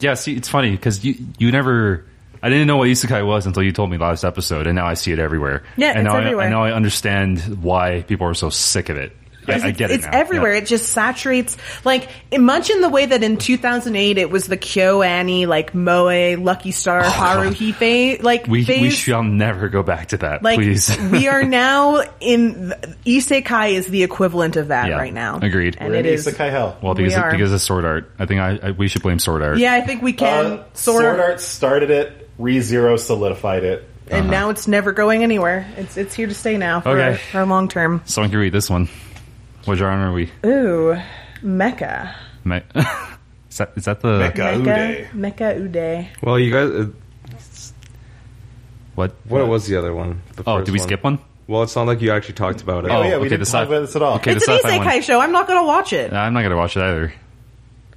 Speaker 2: yeah. See, it's funny because you you never. I didn't know what isekai was until you told me last episode, and now I see it everywhere.
Speaker 3: Yeah,
Speaker 2: and
Speaker 3: it's
Speaker 2: now I,
Speaker 3: everywhere.
Speaker 2: and now I understand why people are so sick of it. I, I
Speaker 3: It's-
Speaker 2: get it.
Speaker 3: It's
Speaker 2: now.
Speaker 3: everywhere.
Speaker 2: Yeah.
Speaker 3: It just saturates, like, in- much in the way that in 2008 it was the Kyo Annie, like, Moe, Lucky Star, Haruhife, like,
Speaker 2: Oh, We we
Speaker 3: phase.
Speaker 2: shall never go back to that.
Speaker 3: like,
Speaker 2: please.
Speaker 3: we are now in, Isekai is the equivalent of that
Speaker 2: Yeah,
Speaker 3: right now.
Speaker 2: agreed.
Speaker 3: And
Speaker 4: We're in
Speaker 3: it is.
Speaker 4: isekai hell.
Speaker 2: well, because
Speaker 3: we are.
Speaker 2: because of sword art, I think I, I we should blame sword art.
Speaker 3: Yeah, I think we can
Speaker 4: Uh,
Speaker 3: sort
Speaker 4: Sword
Speaker 3: of.
Speaker 4: Art started it. ReZero solidified it.
Speaker 3: and now it's never going anywhere. It's it's here to stay now for,
Speaker 2: Uh-huh. Okay.
Speaker 3: for long term.
Speaker 2: Someone can read this one. What genre are we?
Speaker 3: Ooh, Mecca,
Speaker 2: Am I- is, that, is that the
Speaker 4: Mecca.
Speaker 3: Mecca,
Speaker 4: Ude.
Speaker 3: Mecca Ude.
Speaker 1: Well, you guys, uh,
Speaker 2: what?
Speaker 1: what was the other one? The
Speaker 2: Oh,
Speaker 1: first
Speaker 2: did we
Speaker 1: one?
Speaker 2: skip one?
Speaker 1: Well, it's not like you actually talked about it.
Speaker 4: Oh, yeah,
Speaker 2: okay,
Speaker 4: we
Speaker 2: the
Speaker 4: didn't talk
Speaker 2: sci-
Speaker 4: about this at all.
Speaker 2: Okay,
Speaker 3: It's
Speaker 2: the
Speaker 3: an
Speaker 2: sci-fi one. Uh,
Speaker 3: isekai show. I'm not gonna watch it.
Speaker 2: I'm not gonna watch it either.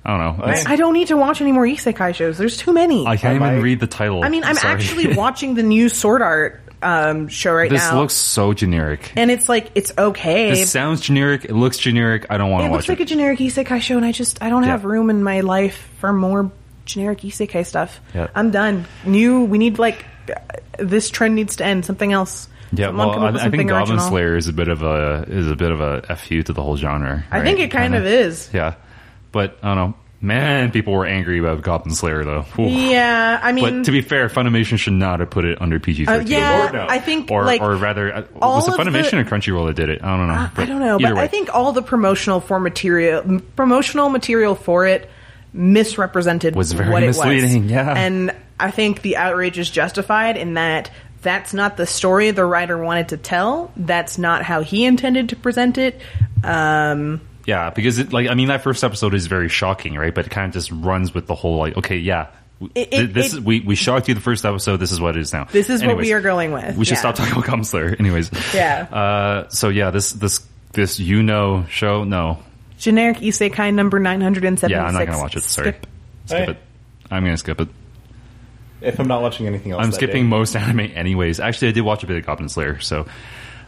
Speaker 2: I don't know. It's-
Speaker 3: I don't need to watch any more isekai shows. There's too many.
Speaker 2: I
Speaker 3: I,
Speaker 2: can't
Speaker 4: Am
Speaker 2: even
Speaker 4: I-
Speaker 2: read the title.
Speaker 3: mean, I'm
Speaker 2: Sorry.
Speaker 3: actually watching the new Sword Art um, show right
Speaker 2: this
Speaker 3: now.
Speaker 2: looks so generic.
Speaker 3: and it's like it's okay.
Speaker 2: This sounds generic. It looks generic. I don't want
Speaker 3: it
Speaker 2: to
Speaker 3: looks
Speaker 2: watch
Speaker 3: like a
Speaker 2: it.
Speaker 3: generic isekai show, and I just I don't have
Speaker 2: Yeah.
Speaker 3: room in my life for more generic isekai stuff.
Speaker 2: Yeah.
Speaker 3: I'm done. New. We need like this trend needs to end. Something else.
Speaker 2: yeah,
Speaker 3: Someone
Speaker 2: well,
Speaker 3: come up
Speaker 2: I,
Speaker 3: with
Speaker 2: I think
Speaker 3: something
Speaker 2: Goblin
Speaker 3: original.
Speaker 2: Slayer is a bit of a is a bit of a fu to the whole genre.
Speaker 3: I think
Speaker 2: right?
Speaker 3: it kind of is.
Speaker 2: Yeah, but I don't know. Man, people were angry about Goblin Slayer though. Oof.
Speaker 3: Yeah, I mean,
Speaker 2: But to be fair, Funimation should not have put it under PG
Speaker 3: uh,
Speaker 2: thirteen.
Speaker 3: yeah,
Speaker 4: Or no.
Speaker 3: I think
Speaker 2: or,
Speaker 3: like
Speaker 2: or rather, uh,
Speaker 3: all
Speaker 2: was it
Speaker 3: of the-
Speaker 2: Funimation or Crunchyroll that did it? I don't know.
Speaker 3: I
Speaker 2: but
Speaker 3: don't know,
Speaker 2: either
Speaker 3: but
Speaker 2: way.
Speaker 3: I think all the promotional for material m- promotional material for it misrepresented
Speaker 2: Was very
Speaker 3: what It
Speaker 2: misleading,
Speaker 3: was.
Speaker 2: yeah.
Speaker 3: and I think the outrage is justified in that that's not the story the writer wanted to tell. That's not how he intended to present it. Um,
Speaker 2: Yeah, because it, like I mean, that first episode is very shocking, right? But it kind of just runs with the whole like, okay, yeah, w-
Speaker 3: It-
Speaker 2: th-
Speaker 3: it-
Speaker 2: this
Speaker 3: it-
Speaker 2: is we we shocked you the first episode. This is what it is now.
Speaker 3: This is what we are going with,
Speaker 2: We should
Speaker 3: yeah.
Speaker 2: stop talking about Goblin Slayer, anyways.
Speaker 3: Yeah.
Speaker 2: Uh, so yeah, this this this you know show no,
Speaker 3: generic isekai number nine hundred and seventy
Speaker 2: yeah,
Speaker 3: six.
Speaker 2: I'm not gonna watch it. Sorry,
Speaker 3: Skip.
Speaker 2: skip
Speaker 4: Hey.
Speaker 2: it. I'm gonna skip it.
Speaker 4: If I'm not watching anything else,
Speaker 2: I'm
Speaker 4: that
Speaker 2: skipping
Speaker 4: day.
Speaker 2: most anime, anyways. Actually, I did watch a bit of Goblin Slayer, so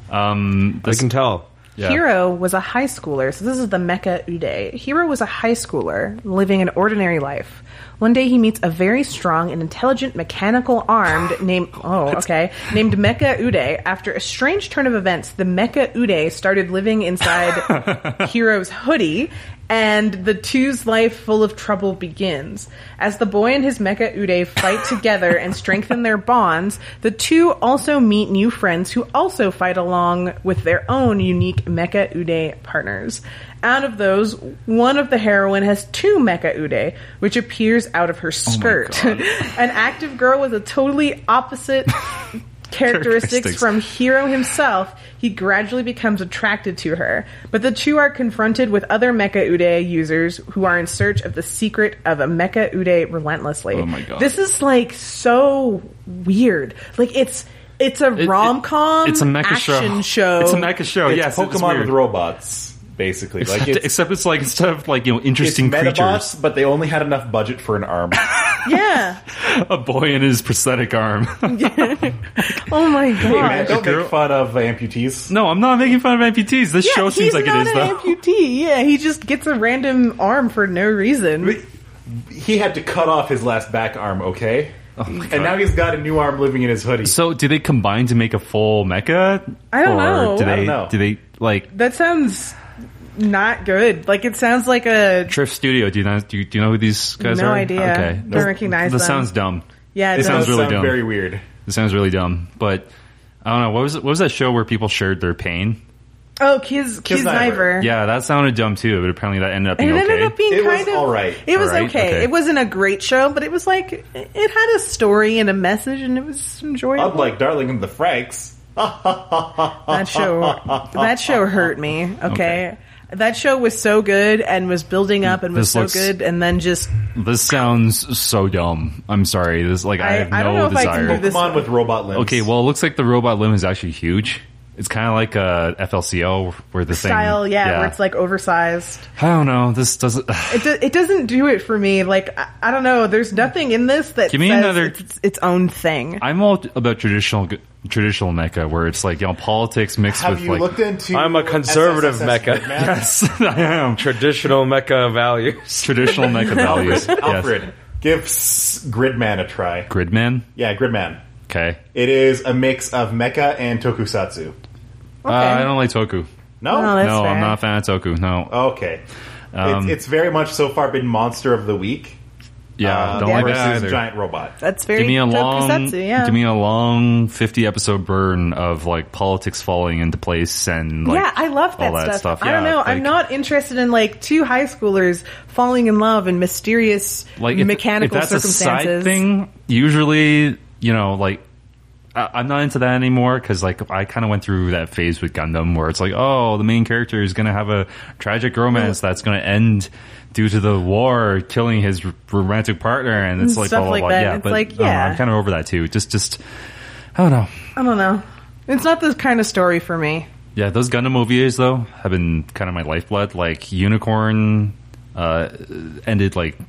Speaker 2: um,
Speaker 1: I
Speaker 2: this,
Speaker 1: can tell.
Speaker 2: yeah.
Speaker 3: Hero was a high schooler. So this is the Mecha Uday. Hero was a high schooler living an ordinary life. One day he meets a very strong and intelligent mechanical armed named Oh, okay, named Mecha Uday. After a strange turn of events, the Mecha Uday started living inside Hero's hoodie and the two's life full of trouble begins. As the boy and his mecha Ude fight together and strengthen their bonds, the two also meet new friends who also fight along with their own unique mecha Ude partners. Out of those, one of the heroine has two mecha Ude, which appears out of her skirt.
Speaker 2: God.
Speaker 3: An active girl with a totally opposite characteristics
Speaker 2: Characteristics.
Speaker 3: from Hero himself, he gradually becomes attracted to her. But the two are confronted with other Mecha Ude users who are in search of the secret of a Mecha Ude relentlessly.
Speaker 2: Oh my God.
Speaker 3: This is like so weird. Like it's it's a
Speaker 2: It- it-
Speaker 3: rom com.
Speaker 2: It's a mecha show.
Speaker 3: action show.
Speaker 2: It's a mecha show.
Speaker 4: It's
Speaker 2: yes, oh, it's
Speaker 4: Pokemon
Speaker 2: weird.
Speaker 4: with robots, basically. Like
Speaker 2: Except-
Speaker 4: it's,
Speaker 2: except it's like instead of like you know
Speaker 4: it's
Speaker 2: interesting creatures,
Speaker 4: Metabots, but they only had enough budget for an arm.
Speaker 3: Yeah.
Speaker 2: a boy and his prosthetic arm.
Speaker 3: Oh my
Speaker 4: Man,
Speaker 3: god.
Speaker 4: don't
Speaker 2: Girl-
Speaker 4: make fun of amputees.
Speaker 2: no, I'm not making fun of amputees. This
Speaker 3: Yeah,
Speaker 2: show
Speaker 3: he's
Speaker 2: seems like it
Speaker 3: not
Speaker 2: is
Speaker 3: an
Speaker 2: though.
Speaker 3: amputee. Yeah, he just gets a random arm for no reason.
Speaker 4: He had to cut off his last back arm, okay?
Speaker 2: Oh God.
Speaker 4: and now he's got a new arm living in his hoodie.
Speaker 2: so, do they combine to make a full mecha?
Speaker 3: I don't
Speaker 2: or
Speaker 3: know.
Speaker 2: Do
Speaker 3: I
Speaker 2: they?
Speaker 4: don't know.
Speaker 2: Do they like
Speaker 3: That sounds not good. Like it sounds like a
Speaker 2: Triff Studio? Do you know? Do you, do you know who these guys
Speaker 3: No
Speaker 2: are?
Speaker 3: idea.
Speaker 2: Okay,
Speaker 3: Don't recognize
Speaker 2: This
Speaker 3: them.
Speaker 2: sounds dumb.
Speaker 3: yeah.
Speaker 2: It
Speaker 3: no.
Speaker 2: sounds
Speaker 4: Does
Speaker 2: really
Speaker 4: sound
Speaker 2: dumb.
Speaker 4: very weird.
Speaker 2: This sounds really dumb. But I don't know. What was what was that show where people shared their pain?
Speaker 3: oh, Kiz Kiz
Speaker 4: Kniver.
Speaker 3: Niver.
Speaker 2: Yeah, that sounded dumb too. But apparently, that ended up
Speaker 3: And
Speaker 2: being
Speaker 3: it
Speaker 2: okay.
Speaker 3: ended up being
Speaker 4: It was
Speaker 3: kind of
Speaker 4: all right.
Speaker 3: It was
Speaker 2: All right,
Speaker 3: okay.
Speaker 2: okay.
Speaker 3: It wasn't a great show, but it was like it had a story and a message, and it was enjoyable.
Speaker 4: Unlike Darling and the Franks.
Speaker 3: that show, that show hurt me. Okay?
Speaker 2: Okay.
Speaker 3: that show was so good and was building up and was
Speaker 2: This
Speaker 3: so
Speaker 2: looks-
Speaker 3: good, and then just
Speaker 2: This sounds so dumb. I'm sorry. This like I,
Speaker 3: I-
Speaker 2: have no
Speaker 3: I don't know if I
Speaker 2: desire.
Speaker 3: can do This-
Speaker 4: Pokemon with robot limbs.
Speaker 2: Okay, well, it looks like the robot limb is actually huge. It's kind of like uh, a FLCO where the
Speaker 3: style,
Speaker 2: thing,
Speaker 3: yeah, where it's like oversized.
Speaker 2: I don't know. This doesn't.
Speaker 3: It, do, it doesn't do it for me. Like I, I don't know. There's nothing in this that
Speaker 2: Give me
Speaker 3: says
Speaker 2: another-
Speaker 3: it's, it's its own thing.
Speaker 2: I'm all about traditional traditional mecha where it's like you know politics mixed
Speaker 4: have
Speaker 2: with
Speaker 4: you
Speaker 2: like.
Speaker 4: looked into?
Speaker 1: I'm a conservative
Speaker 4: SSSS
Speaker 1: mecha.
Speaker 4: Big Mac?
Speaker 2: yes, I am
Speaker 1: Traditional mecha
Speaker 2: Uh,
Speaker 1: values.
Speaker 2: traditional mecha values. yes.
Speaker 4: Alfred, give s- Gridman a try.
Speaker 2: Gridman.
Speaker 4: Yeah, Gridman.
Speaker 2: Okay.
Speaker 4: It is a mix of mecha and tokusatsu.
Speaker 2: Uh, I don't like Toku.
Speaker 4: No,
Speaker 3: No, that's-
Speaker 2: no,
Speaker 3: fair.
Speaker 2: I'm not a fan of Toku. No.
Speaker 4: okay.
Speaker 2: Um,
Speaker 4: it's, it's very much so far been monster of the week.
Speaker 2: yeah,
Speaker 4: uh,
Speaker 2: don't
Speaker 3: yeah.
Speaker 2: like
Speaker 4: versus
Speaker 2: that either.
Speaker 4: giant robot.
Speaker 3: That's very
Speaker 2: Give me a long,
Speaker 3: tokusatsu, yeah.
Speaker 2: give me a long fifty episode burn of like politics falling into place and like
Speaker 3: yeah, I love that,
Speaker 2: all that
Speaker 3: stuff.
Speaker 2: stuff.
Speaker 3: I don't
Speaker 2: Yeah,
Speaker 3: know. I'm
Speaker 2: like-
Speaker 3: not interested in like two high schoolers falling in love in mysterious
Speaker 2: like if,
Speaker 3: mechanical
Speaker 2: if that's
Speaker 3: circumstances.
Speaker 2: a side thing usually you know like I, I'm not into that anymore because like I kind of went through that phase with Gundam where it's like, oh, the main character is gonna have a tragic romance that's gonna end due to the war killing his r- romantic partner, and it's
Speaker 3: And
Speaker 2: like
Speaker 3: stuff
Speaker 2: blah blah
Speaker 3: like
Speaker 2: blah.
Speaker 3: that.
Speaker 2: Yeah,
Speaker 3: It's
Speaker 2: but
Speaker 3: like,
Speaker 2: I don't know,
Speaker 3: yeah.
Speaker 2: I'm kind of over that too. Just just I don't know.
Speaker 3: I don't know. It's not the kind of story for me.
Speaker 2: Yeah, those Gundam OVAs though have been kind of my lifeblood. Like Unicorn uh, ended like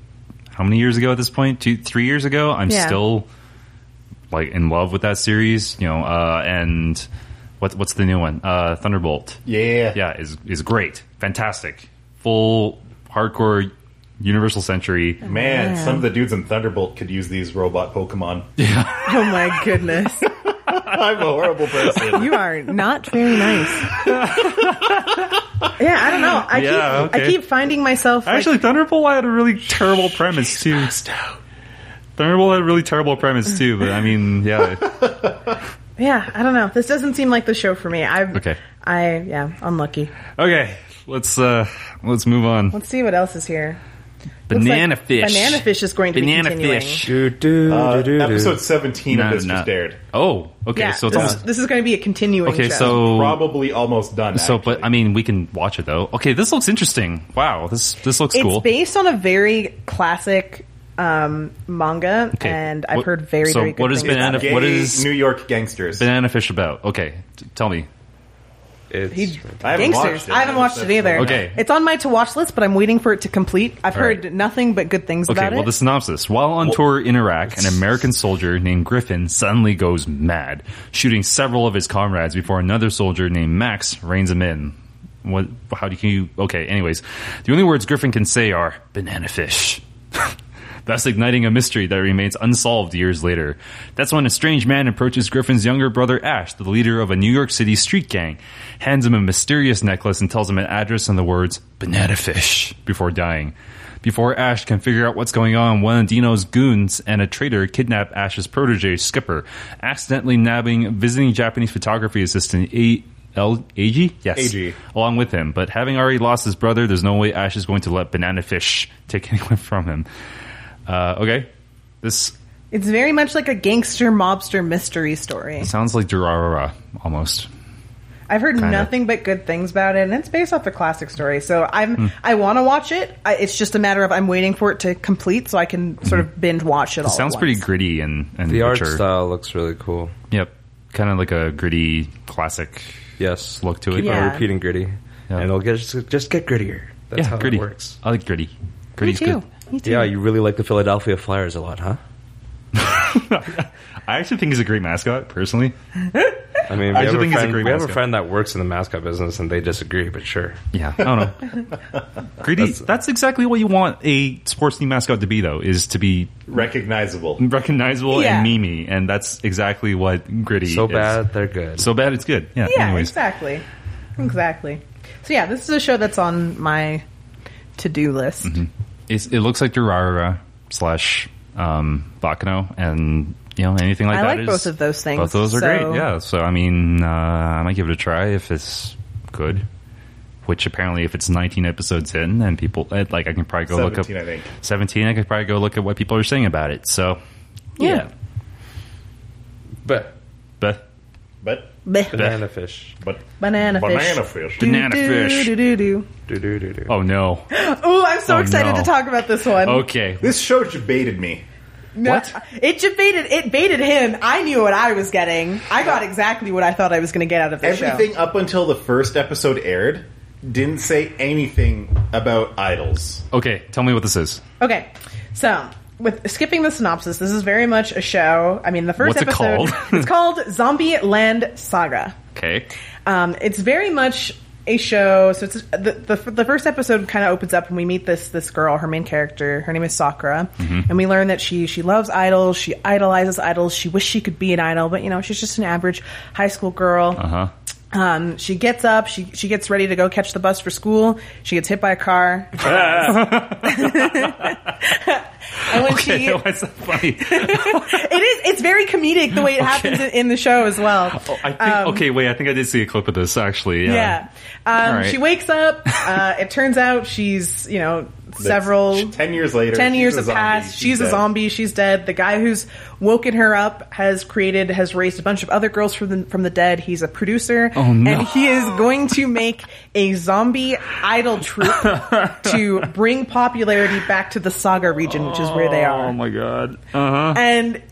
Speaker 2: how many years ago at this point? Two, three years ago. I'm
Speaker 3: Yeah.
Speaker 2: still like in love with that series, you know. Uh, and what, what's the new one? Uh, Thunderbolt.
Speaker 4: Yeah.
Speaker 2: Yeah, is is great, fantastic, full hardcore Universal Century.
Speaker 4: Man,
Speaker 3: Man.
Speaker 4: some of the dudes in Thunderbolt could use these robot Pokemon.
Speaker 3: Oh my goodness.
Speaker 4: I'm a horrible person.
Speaker 3: You are not very nice. yeah, I don't know. I
Speaker 2: Yeah,
Speaker 3: keep I
Speaker 2: okay.
Speaker 3: keep finding myself like,
Speaker 2: Actually, Thunderbolt had a really terrible premise too. Thunderbolt had a really terrible premise too, but I mean, yeah.
Speaker 3: yeah, I don't know. This doesn't seem like the show for me. I've
Speaker 2: Okay.
Speaker 3: I yeah, unlucky.
Speaker 2: Okay, let's uh let's move on.
Speaker 3: Let's see what else is here. Looks like
Speaker 2: Banana fish.
Speaker 3: Banana fish is going to
Speaker 2: Banana
Speaker 3: be continuing.
Speaker 2: fish.
Speaker 1: Do, do,
Speaker 4: Uh,
Speaker 1: do, do, do.
Speaker 4: episode 17
Speaker 2: No,
Speaker 4: of this
Speaker 2: no.
Speaker 4: just aired.
Speaker 2: Oh, okay.
Speaker 3: Yeah,
Speaker 2: so it's
Speaker 3: this,
Speaker 2: almost
Speaker 3: this is going to be a continuing.
Speaker 2: okay.
Speaker 3: show.
Speaker 2: So
Speaker 4: Probably almost done.
Speaker 2: so,
Speaker 4: actually.
Speaker 2: but I mean, we can watch it though. Okay, this looks interesting. Wow, this this looks cool.
Speaker 3: it's based on a very classic um, manga,
Speaker 2: Okay.
Speaker 3: and I've
Speaker 2: What-
Speaker 3: heard very
Speaker 2: so
Speaker 3: very good
Speaker 2: what is
Speaker 3: things about
Speaker 2: banana-
Speaker 3: it.
Speaker 4: Gay
Speaker 2: what is-
Speaker 4: New York gangsters?
Speaker 2: Banana fish about. Okay, t- tell me.
Speaker 1: It's-
Speaker 3: He-
Speaker 4: I haven't
Speaker 3: gangsters.
Speaker 4: watched it.
Speaker 3: I haven't watched it either.
Speaker 2: Okay.
Speaker 3: It's on my to watch list, but I'm waiting for it to complete. I've
Speaker 2: All right.
Speaker 3: heard nothing but good things
Speaker 2: Okay,
Speaker 3: about
Speaker 2: well,
Speaker 3: it.
Speaker 2: the synopsis. While on tour in Iraq, an American soldier named Griffin suddenly goes mad, shooting several of his comrades before another soldier named Max reins him in. What? How do you? Okay, anyways, the only words Griffin can say are banana fish. thus igniting a mystery that remains unsolved years later. That's when a strange man approaches Griffin's younger brother Ash, the leader of a New York City street gang, hands him a mysterious necklace and tells him an address and the words "banana fish" before dying. Before Ash can figure out what's going on, one of Dino's goons and a traitor kidnap Ash's protege, Skipper, accidentally nabbing visiting Japanese photography assistant A. L. AG? Yes
Speaker 4: AG.
Speaker 2: along with him. But having already lost his brother, there's no way Ash is going to let Banana Fish take anyone from him. Uh, okay, this
Speaker 3: it's very much like a gangster mobster mystery story.
Speaker 2: sounds like Durarara almost.
Speaker 3: I've heard
Speaker 2: kinda.
Speaker 3: nothing but good things about it, and it's based off a classic story. So I'm
Speaker 2: Hmm.
Speaker 3: I want to watch it. I, it's just a matter of I'm waiting for it to complete so I can sort of binge watch it. all
Speaker 2: It sounds
Speaker 3: at
Speaker 2: pretty
Speaker 3: once.
Speaker 2: gritty and and
Speaker 1: Oh, the art
Speaker 2: mature.
Speaker 1: style looks really cool.
Speaker 2: Yep, kind of like a gritty classic.
Speaker 1: Yes,
Speaker 2: Look to it.
Speaker 1: Keep
Speaker 3: Yeah.
Speaker 1: on repeating gritty,
Speaker 2: Yeah.
Speaker 1: and it'll get just, just get grittier. That's
Speaker 2: yeah,
Speaker 1: how
Speaker 2: gritty
Speaker 1: it works.
Speaker 2: I like gritty.
Speaker 3: Me
Speaker 2: Gritty's
Speaker 3: too.
Speaker 2: good.
Speaker 3: Me too.
Speaker 1: Yeah, you really like the Philadelphia Flyers a lot, huh?
Speaker 2: I actually think he's a great mascot, personally.
Speaker 1: I mean, we,
Speaker 2: I
Speaker 1: have
Speaker 2: actually
Speaker 1: a,
Speaker 2: think he's a
Speaker 1: friend,
Speaker 2: great
Speaker 1: we have a
Speaker 2: mascot.
Speaker 1: friend that works in the mascot business, and they disagree. But sure,
Speaker 2: Yeah, I don't know. gritty.
Speaker 1: uh,
Speaker 2: That's, exactly what you want a sports team mascot to be, though, is to be
Speaker 4: Recognizable.
Speaker 2: recognizable
Speaker 3: Yeah.
Speaker 2: and memey, and that's exactly what gritty.
Speaker 1: so
Speaker 2: is.
Speaker 1: bad they're good.
Speaker 2: So bad it's good. Yeah.
Speaker 3: yeah,
Speaker 2: anyways.
Speaker 3: exactly, exactly. So yeah, this is a show that's on my to do list.
Speaker 2: It's, it looks like Durarara slash um, Bakano, and you know anything like
Speaker 3: I
Speaker 2: that.
Speaker 3: like
Speaker 2: is-
Speaker 3: both of those things,
Speaker 2: Both those are
Speaker 3: so-
Speaker 2: great. Yeah. So I mean, uh, I might give it a try if it's good. Which apparently, if it's 19 episodes in, and people eh, like, I can probably go look up
Speaker 4: 17, I think.
Speaker 2: 17. I could probably go look at what people are saying about it. So yeah,
Speaker 1: but
Speaker 2: but
Speaker 4: But
Speaker 3: Bleh.
Speaker 1: banana fish.
Speaker 4: but
Speaker 3: Banana fish.
Speaker 4: banana fish.
Speaker 3: Do,
Speaker 2: Banana
Speaker 3: do,
Speaker 2: fish.
Speaker 3: Do, do, do.
Speaker 1: Do do do do.
Speaker 2: oh no.
Speaker 3: Oh, I'm so
Speaker 2: Oh,
Speaker 3: excited
Speaker 2: no.
Speaker 3: to talk about this one.
Speaker 2: Okay.
Speaker 4: This show debated me.
Speaker 3: No,
Speaker 2: what?
Speaker 3: It just baited. It baited him. I knew what I was getting. I got exactly what I thought I was going to get out of this
Speaker 4: Everything up until the first episode aired didn't say anything about idols.
Speaker 2: Okay. Tell me what this is.
Speaker 3: show. Okay, so with skipping the synopsis, this is very much a show. I mean, the first
Speaker 2: What's it
Speaker 3: episode.
Speaker 2: called?
Speaker 3: it's called Zombie Land Saga.
Speaker 2: Okay.
Speaker 3: Um, it's very much a show. So it's the the, the first episode kind of opens up and we meet this this girl, her main character. Her name is Sakura, and we learn that she she loves idols. She idolizes idols. She wishes she could be an idol, but you know she's just an average high school girl.
Speaker 2: Uh huh.
Speaker 3: Um, she gets up. She she gets ready to go catch the bus for school. She gets hit by a car. and when she,
Speaker 2: Okay.
Speaker 3: it
Speaker 2: Why is that funny?
Speaker 3: is it's very comedic the way it happens in, in the show as well.
Speaker 2: Oh, I think,
Speaker 3: Um,
Speaker 2: okay, wait. I think I did see a clip of this actually. Yeah.
Speaker 3: Yeah. Um,
Speaker 2: All right.
Speaker 3: She wakes up. Uh, it turns out she's, you know,
Speaker 4: That's-
Speaker 3: several
Speaker 4: ten years later.
Speaker 3: 10
Speaker 4: she's
Speaker 3: years
Speaker 4: a
Speaker 3: have
Speaker 4: zombie,
Speaker 3: passed. She's, a
Speaker 4: dead.
Speaker 3: zombie. She's dead. The guy who's woken her up has created, has raised a bunch of other girls from the, from the dead. He's a producer.
Speaker 2: Oh, no.
Speaker 3: And he is going to make a zombie idol troupe to bring popularity back to the Saga region, which is where they
Speaker 2: Oh
Speaker 3: are.
Speaker 2: my god. Uh huh.
Speaker 3: And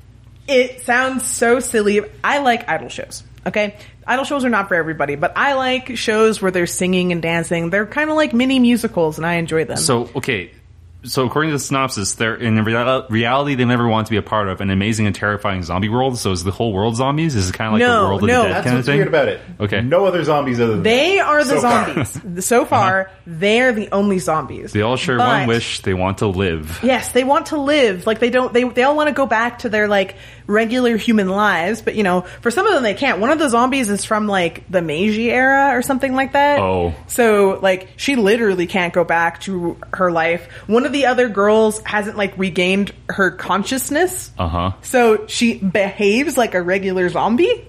Speaker 3: it sounds so silly. I like idol shows. Okay. Idol shows are not for everybody, but I like shows where they're singing and dancing. They're kind of like mini musicals, and I enjoy them.
Speaker 2: So okay. So according to the synopsis, they're in real- reality they never want to be a part of an amazing and terrifying zombie world. So is the whole world zombies? Is it kind of like
Speaker 3: No,
Speaker 2: the world
Speaker 3: no.
Speaker 2: of the dead
Speaker 4: That's
Speaker 2: kind
Speaker 4: what's
Speaker 2: of thing?
Speaker 4: weird about it.
Speaker 2: Okay.
Speaker 4: No other zombies other than
Speaker 3: They are the
Speaker 4: So far. Uh-huh.
Speaker 3: zombies. so far, they are the only zombies.
Speaker 2: They all share
Speaker 3: But-
Speaker 2: one wish: they want to live.
Speaker 3: Yes, they want to live. Like they don't. They they all want to go back to their like regular human lives. But you know, for some of them, they can't. One of the zombies is from like the Meiji era or something like that.
Speaker 2: Oh.
Speaker 3: so like she literally can't go back to her life. One of the other girls hasn't like regained her consciousness.
Speaker 2: Uh huh.
Speaker 3: So she behaves like a regular zombie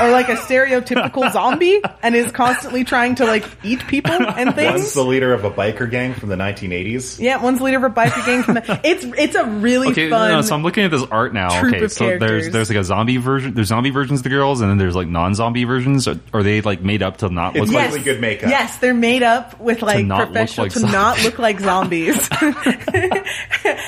Speaker 3: or like a stereotypical zombie and is constantly trying to like eat people and
Speaker 4: one's
Speaker 3: things.
Speaker 4: the leader of a biker gang from the 1980s.
Speaker 3: yeah, one's the leader of a biker gang. From the, it's it's a really
Speaker 2: Okay,
Speaker 3: fun.
Speaker 2: no, so I'm looking at this art now.
Speaker 3: troop
Speaker 2: Okay,
Speaker 3: of
Speaker 2: so
Speaker 3: characters.
Speaker 2: there's there's like a zombie version. There's zombie versions of the girls, and then there's like non-zombie versions. Are, are they like made up to not look
Speaker 4: It's
Speaker 2: like?
Speaker 4: really good makeup.
Speaker 3: Yes, they're made up with like
Speaker 2: not look
Speaker 3: professional
Speaker 2: like
Speaker 3: to not look like zombies,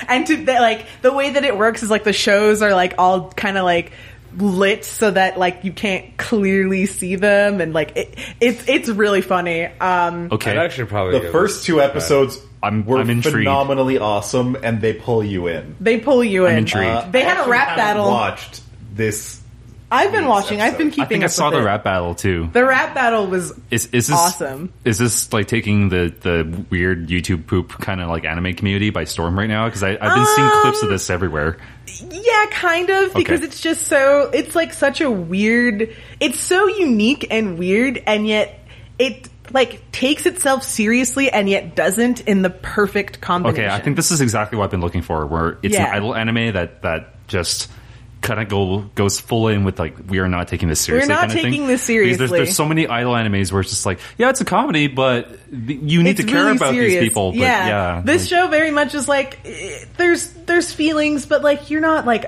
Speaker 3: and to that like the way that it works is like the shows are like all kind of like lit so that like you can't clearly see them and like it, it's it's really funny. Um,
Speaker 1: I'd
Speaker 2: Okay,
Speaker 1: actually probably
Speaker 4: The
Speaker 1: give
Speaker 4: first
Speaker 1: it-
Speaker 4: two episodes
Speaker 2: I'm-
Speaker 4: were
Speaker 2: I'm intrigued.
Speaker 4: phenomenally awesome, and they pull you in.
Speaker 3: they pull you in.
Speaker 2: intrigued.
Speaker 4: Uh,
Speaker 3: they
Speaker 4: I
Speaker 3: had a
Speaker 4: actually
Speaker 3: rap
Speaker 4: haven't
Speaker 3: battle.
Speaker 4: Watched this.
Speaker 3: I've been
Speaker 4: Yes,
Speaker 3: watching. I've been
Speaker 4: episode.
Speaker 2: I think
Speaker 3: keeping.
Speaker 2: I
Speaker 3: up
Speaker 2: saw
Speaker 3: with
Speaker 2: the
Speaker 3: it.
Speaker 2: rap battle too.
Speaker 3: The rap battle was
Speaker 2: Is is this
Speaker 3: awesome.
Speaker 2: Is this like taking the the weird YouTube poop kind of like anime community by storm right now? Because I've been seeing
Speaker 3: Um,
Speaker 2: clips of this everywhere.
Speaker 3: yeah, kind of because
Speaker 2: Okay.
Speaker 3: it's just so it's like such a weird. It's so unique and weird, and yet it like takes itself seriously and yet doesn't in the perfect combination.
Speaker 2: Okay, I think this is exactly what I've been looking for. Where it's
Speaker 3: Yeah.
Speaker 2: an idol anime that that just kind of go goes full in with like we are not taking this seriously.
Speaker 3: not
Speaker 2: kind of
Speaker 3: taking
Speaker 2: thing.
Speaker 3: this
Speaker 2: Because
Speaker 3: seriously.
Speaker 2: There's, there's so many idol animes where it's just like, yeah, it's a comedy, but th- you need
Speaker 3: It's
Speaker 2: to care
Speaker 3: really
Speaker 2: about
Speaker 3: serious.
Speaker 2: these people. But yeah,
Speaker 3: this
Speaker 2: like,
Speaker 3: show very much is like eh, there's there's feelings, but like you're not like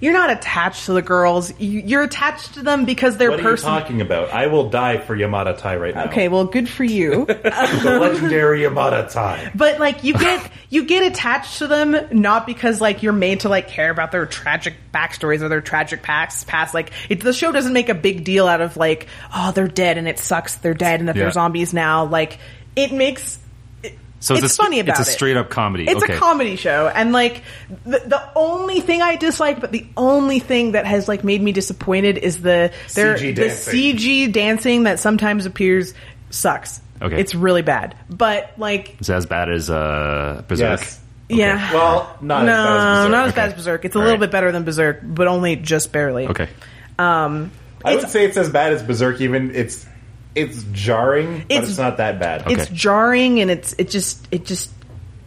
Speaker 3: you're not attached to the girls. You- You're attached to them because they're
Speaker 4: What are you
Speaker 3: personal.
Speaker 4: talking about? I will die for Yamada Tai right now.
Speaker 3: Okay, well, good for you.
Speaker 4: the legendary Yamada Tai.
Speaker 3: but like you get you get attached to them not because like you're made to like care about their tragic backstories or their tragic past past like it, the show doesn't make a big deal out of like oh they're dead and it sucks they're dead and that
Speaker 2: Yeah.
Speaker 3: they're zombies now like it makes
Speaker 2: so
Speaker 3: it's
Speaker 2: a,
Speaker 3: funny about
Speaker 2: It's a
Speaker 3: it.
Speaker 2: straight up comedy.
Speaker 3: it's
Speaker 2: okay.
Speaker 3: a comedy show and like the, the only thing i dislike but the only thing that has like made me disappointed is the their,
Speaker 4: CG
Speaker 3: the
Speaker 4: dancing.
Speaker 3: cg dancing that sometimes appears sucks
Speaker 2: Okay.
Speaker 3: it's really bad but like
Speaker 2: It's as bad as uh, Berserk.
Speaker 4: Yes.
Speaker 3: yeah
Speaker 4: Well, not
Speaker 3: no,
Speaker 4: as bad as Berserk.
Speaker 3: not as
Speaker 2: Okay.
Speaker 3: bad as Berserk. It's a
Speaker 2: All
Speaker 3: little
Speaker 2: right.
Speaker 3: bit better than Berserk, but only just barely.
Speaker 2: Okay.
Speaker 3: Um,
Speaker 4: I would
Speaker 3: it's-
Speaker 4: say it's as bad as Berserk. Even it's it's jarring, but
Speaker 3: It's-
Speaker 4: it's, not that bad.
Speaker 2: Okay.
Speaker 3: it's jarring and it's it just it just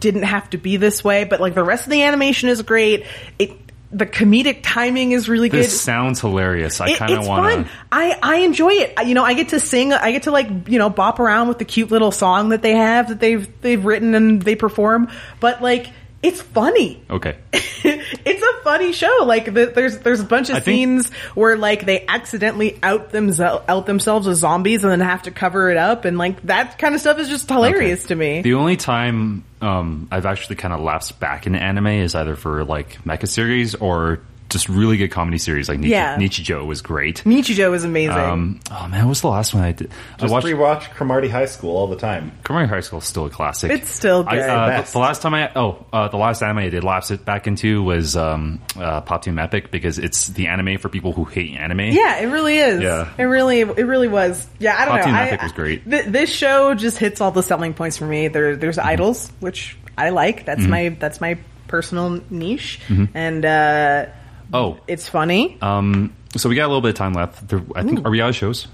Speaker 3: didn't have to be this way. But like the rest of the animation is great. It the comedic timing is really
Speaker 2: This
Speaker 3: good.
Speaker 2: sounds hilarious. I
Speaker 3: It-
Speaker 2: kind of
Speaker 3: it's
Speaker 2: want
Speaker 3: fun. I, I enjoy it. I- You know, I get to sing. I get to like you know bop around with the cute little song that they have that they've they've written and they perform. But like, it's funny.
Speaker 2: to. Okay.
Speaker 3: it's a funny show. Like the, there's there's a bunch of
Speaker 2: I think-
Speaker 3: scenes where like they accidentally out themselves out themselves as zombies and then have to cover it up and like that kind of stuff is just hilarious
Speaker 2: Okay.
Speaker 3: to me.
Speaker 2: The only time um, I've actually kind of lapsed back into anime is either for like mecha series or just really good comedy series. Like Nichi,
Speaker 3: Yeah.
Speaker 2: Nichijou was great.
Speaker 3: Nichijou is amazing.
Speaker 2: Um, oh man, what's the last one I did? I
Speaker 4: Just
Speaker 2: watched
Speaker 4: rewatch Cromarty High School all the time.
Speaker 2: Comedy High School. is Still a classic.
Speaker 3: It's still
Speaker 2: I,
Speaker 3: good.
Speaker 2: uh,
Speaker 4: It's the
Speaker 2: the-
Speaker 4: best.
Speaker 2: the last time I oh uh, the last anime I did lapse it back into was um, uh, Pop Team Epic because it's the anime for people who hate anime.
Speaker 3: yeah, it really is.
Speaker 2: Yeah.
Speaker 3: It really, it really was. Yeah, I don't
Speaker 2: Hot
Speaker 3: know.
Speaker 2: Team
Speaker 3: I,
Speaker 2: Epic was great.
Speaker 3: th- this show just hits all the selling points for me. There, there's
Speaker 2: Mm-hmm.
Speaker 3: idols, which I like. That's my that's my personal niche,
Speaker 2: Mm-hmm.
Speaker 3: and uh,
Speaker 2: Oh,
Speaker 3: it's funny.
Speaker 2: um, so we got a little bit of time left. There, I think are we out of shows?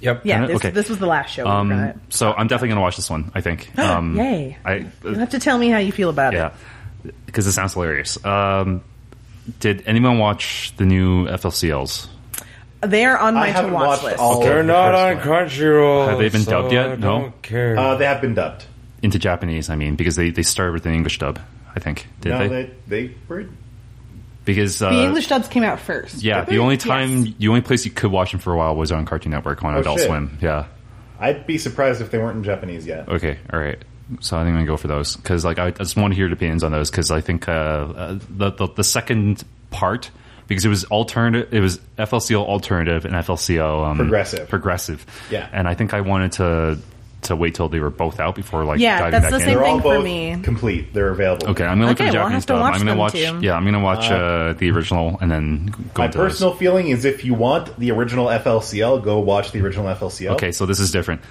Speaker 1: Yep.
Speaker 3: yeah,
Speaker 2: uh,
Speaker 3: this,
Speaker 2: okay.
Speaker 3: this was the last show. we were
Speaker 2: Um,
Speaker 3: at.
Speaker 2: so I'm definitely gonna watch this one. I think. Um,
Speaker 3: Yay.
Speaker 2: I
Speaker 3: You'll have to tell me how you feel about it.
Speaker 2: Yeah, because it sounds hilarious. Um, did anyone watch the new FLCLs?
Speaker 3: They are on
Speaker 4: I
Speaker 3: my to
Speaker 4: haven't
Speaker 3: watch
Speaker 4: watched
Speaker 3: list.
Speaker 4: all.
Speaker 1: They're
Speaker 4: of the
Speaker 1: not
Speaker 4: first
Speaker 1: on
Speaker 4: one.
Speaker 1: Crunchyroll.
Speaker 2: Have they been
Speaker 1: so
Speaker 2: dubbed yet?
Speaker 1: I
Speaker 2: No?
Speaker 1: Don't care.
Speaker 4: Uh, they have been dubbed.
Speaker 2: into Japanese. I mean, because they they started with an English dub. I think did
Speaker 4: no,
Speaker 2: they?
Speaker 4: they they were
Speaker 2: Because uh,
Speaker 3: The English dubs came out first.
Speaker 2: yeah,
Speaker 3: did
Speaker 2: the
Speaker 3: they?
Speaker 2: only
Speaker 3: Yes.
Speaker 2: time, the only place you could watch them for a while was on Cartoon Network on
Speaker 4: Oh,
Speaker 2: Adult
Speaker 4: shit.
Speaker 2: Swim. Yeah.
Speaker 4: I'd be surprised if they weren't in Japanese yet.
Speaker 2: Okay. All right. So I think I'm gonna go for those because like I I just want to hear your opinions on those because I think uh, uh, the, the the second part because it was alternative it was FLCL alternative and FLCL um,
Speaker 4: Progressive.
Speaker 2: progressive
Speaker 4: Yeah.
Speaker 2: and I think I wanted to to wait till they were both out before like
Speaker 3: Yeah,
Speaker 2: diving
Speaker 3: that's
Speaker 2: back
Speaker 3: the
Speaker 2: in.
Speaker 3: same
Speaker 4: They're all
Speaker 3: thing for
Speaker 4: both
Speaker 3: me.
Speaker 4: complete. They're available.
Speaker 2: Okay, I'm gonna look
Speaker 3: Okay,
Speaker 2: at the
Speaker 3: we'll
Speaker 2: Japanese
Speaker 3: have to
Speaker 2: dub. I'm
Speaker 3: watch
Speaker 2: gonna
Speaker 3: them
Speaker 2: watch
Speaker 3: too.
Speaker 2: yeah I'm gonna watch uh, the original and then go
Speaker 4: My
Speaker 2: into those.
Speaker 4: personal feeling is if you want the original FLCL, go watch the original FLCL.
Speaker 2: Okay, so this is different.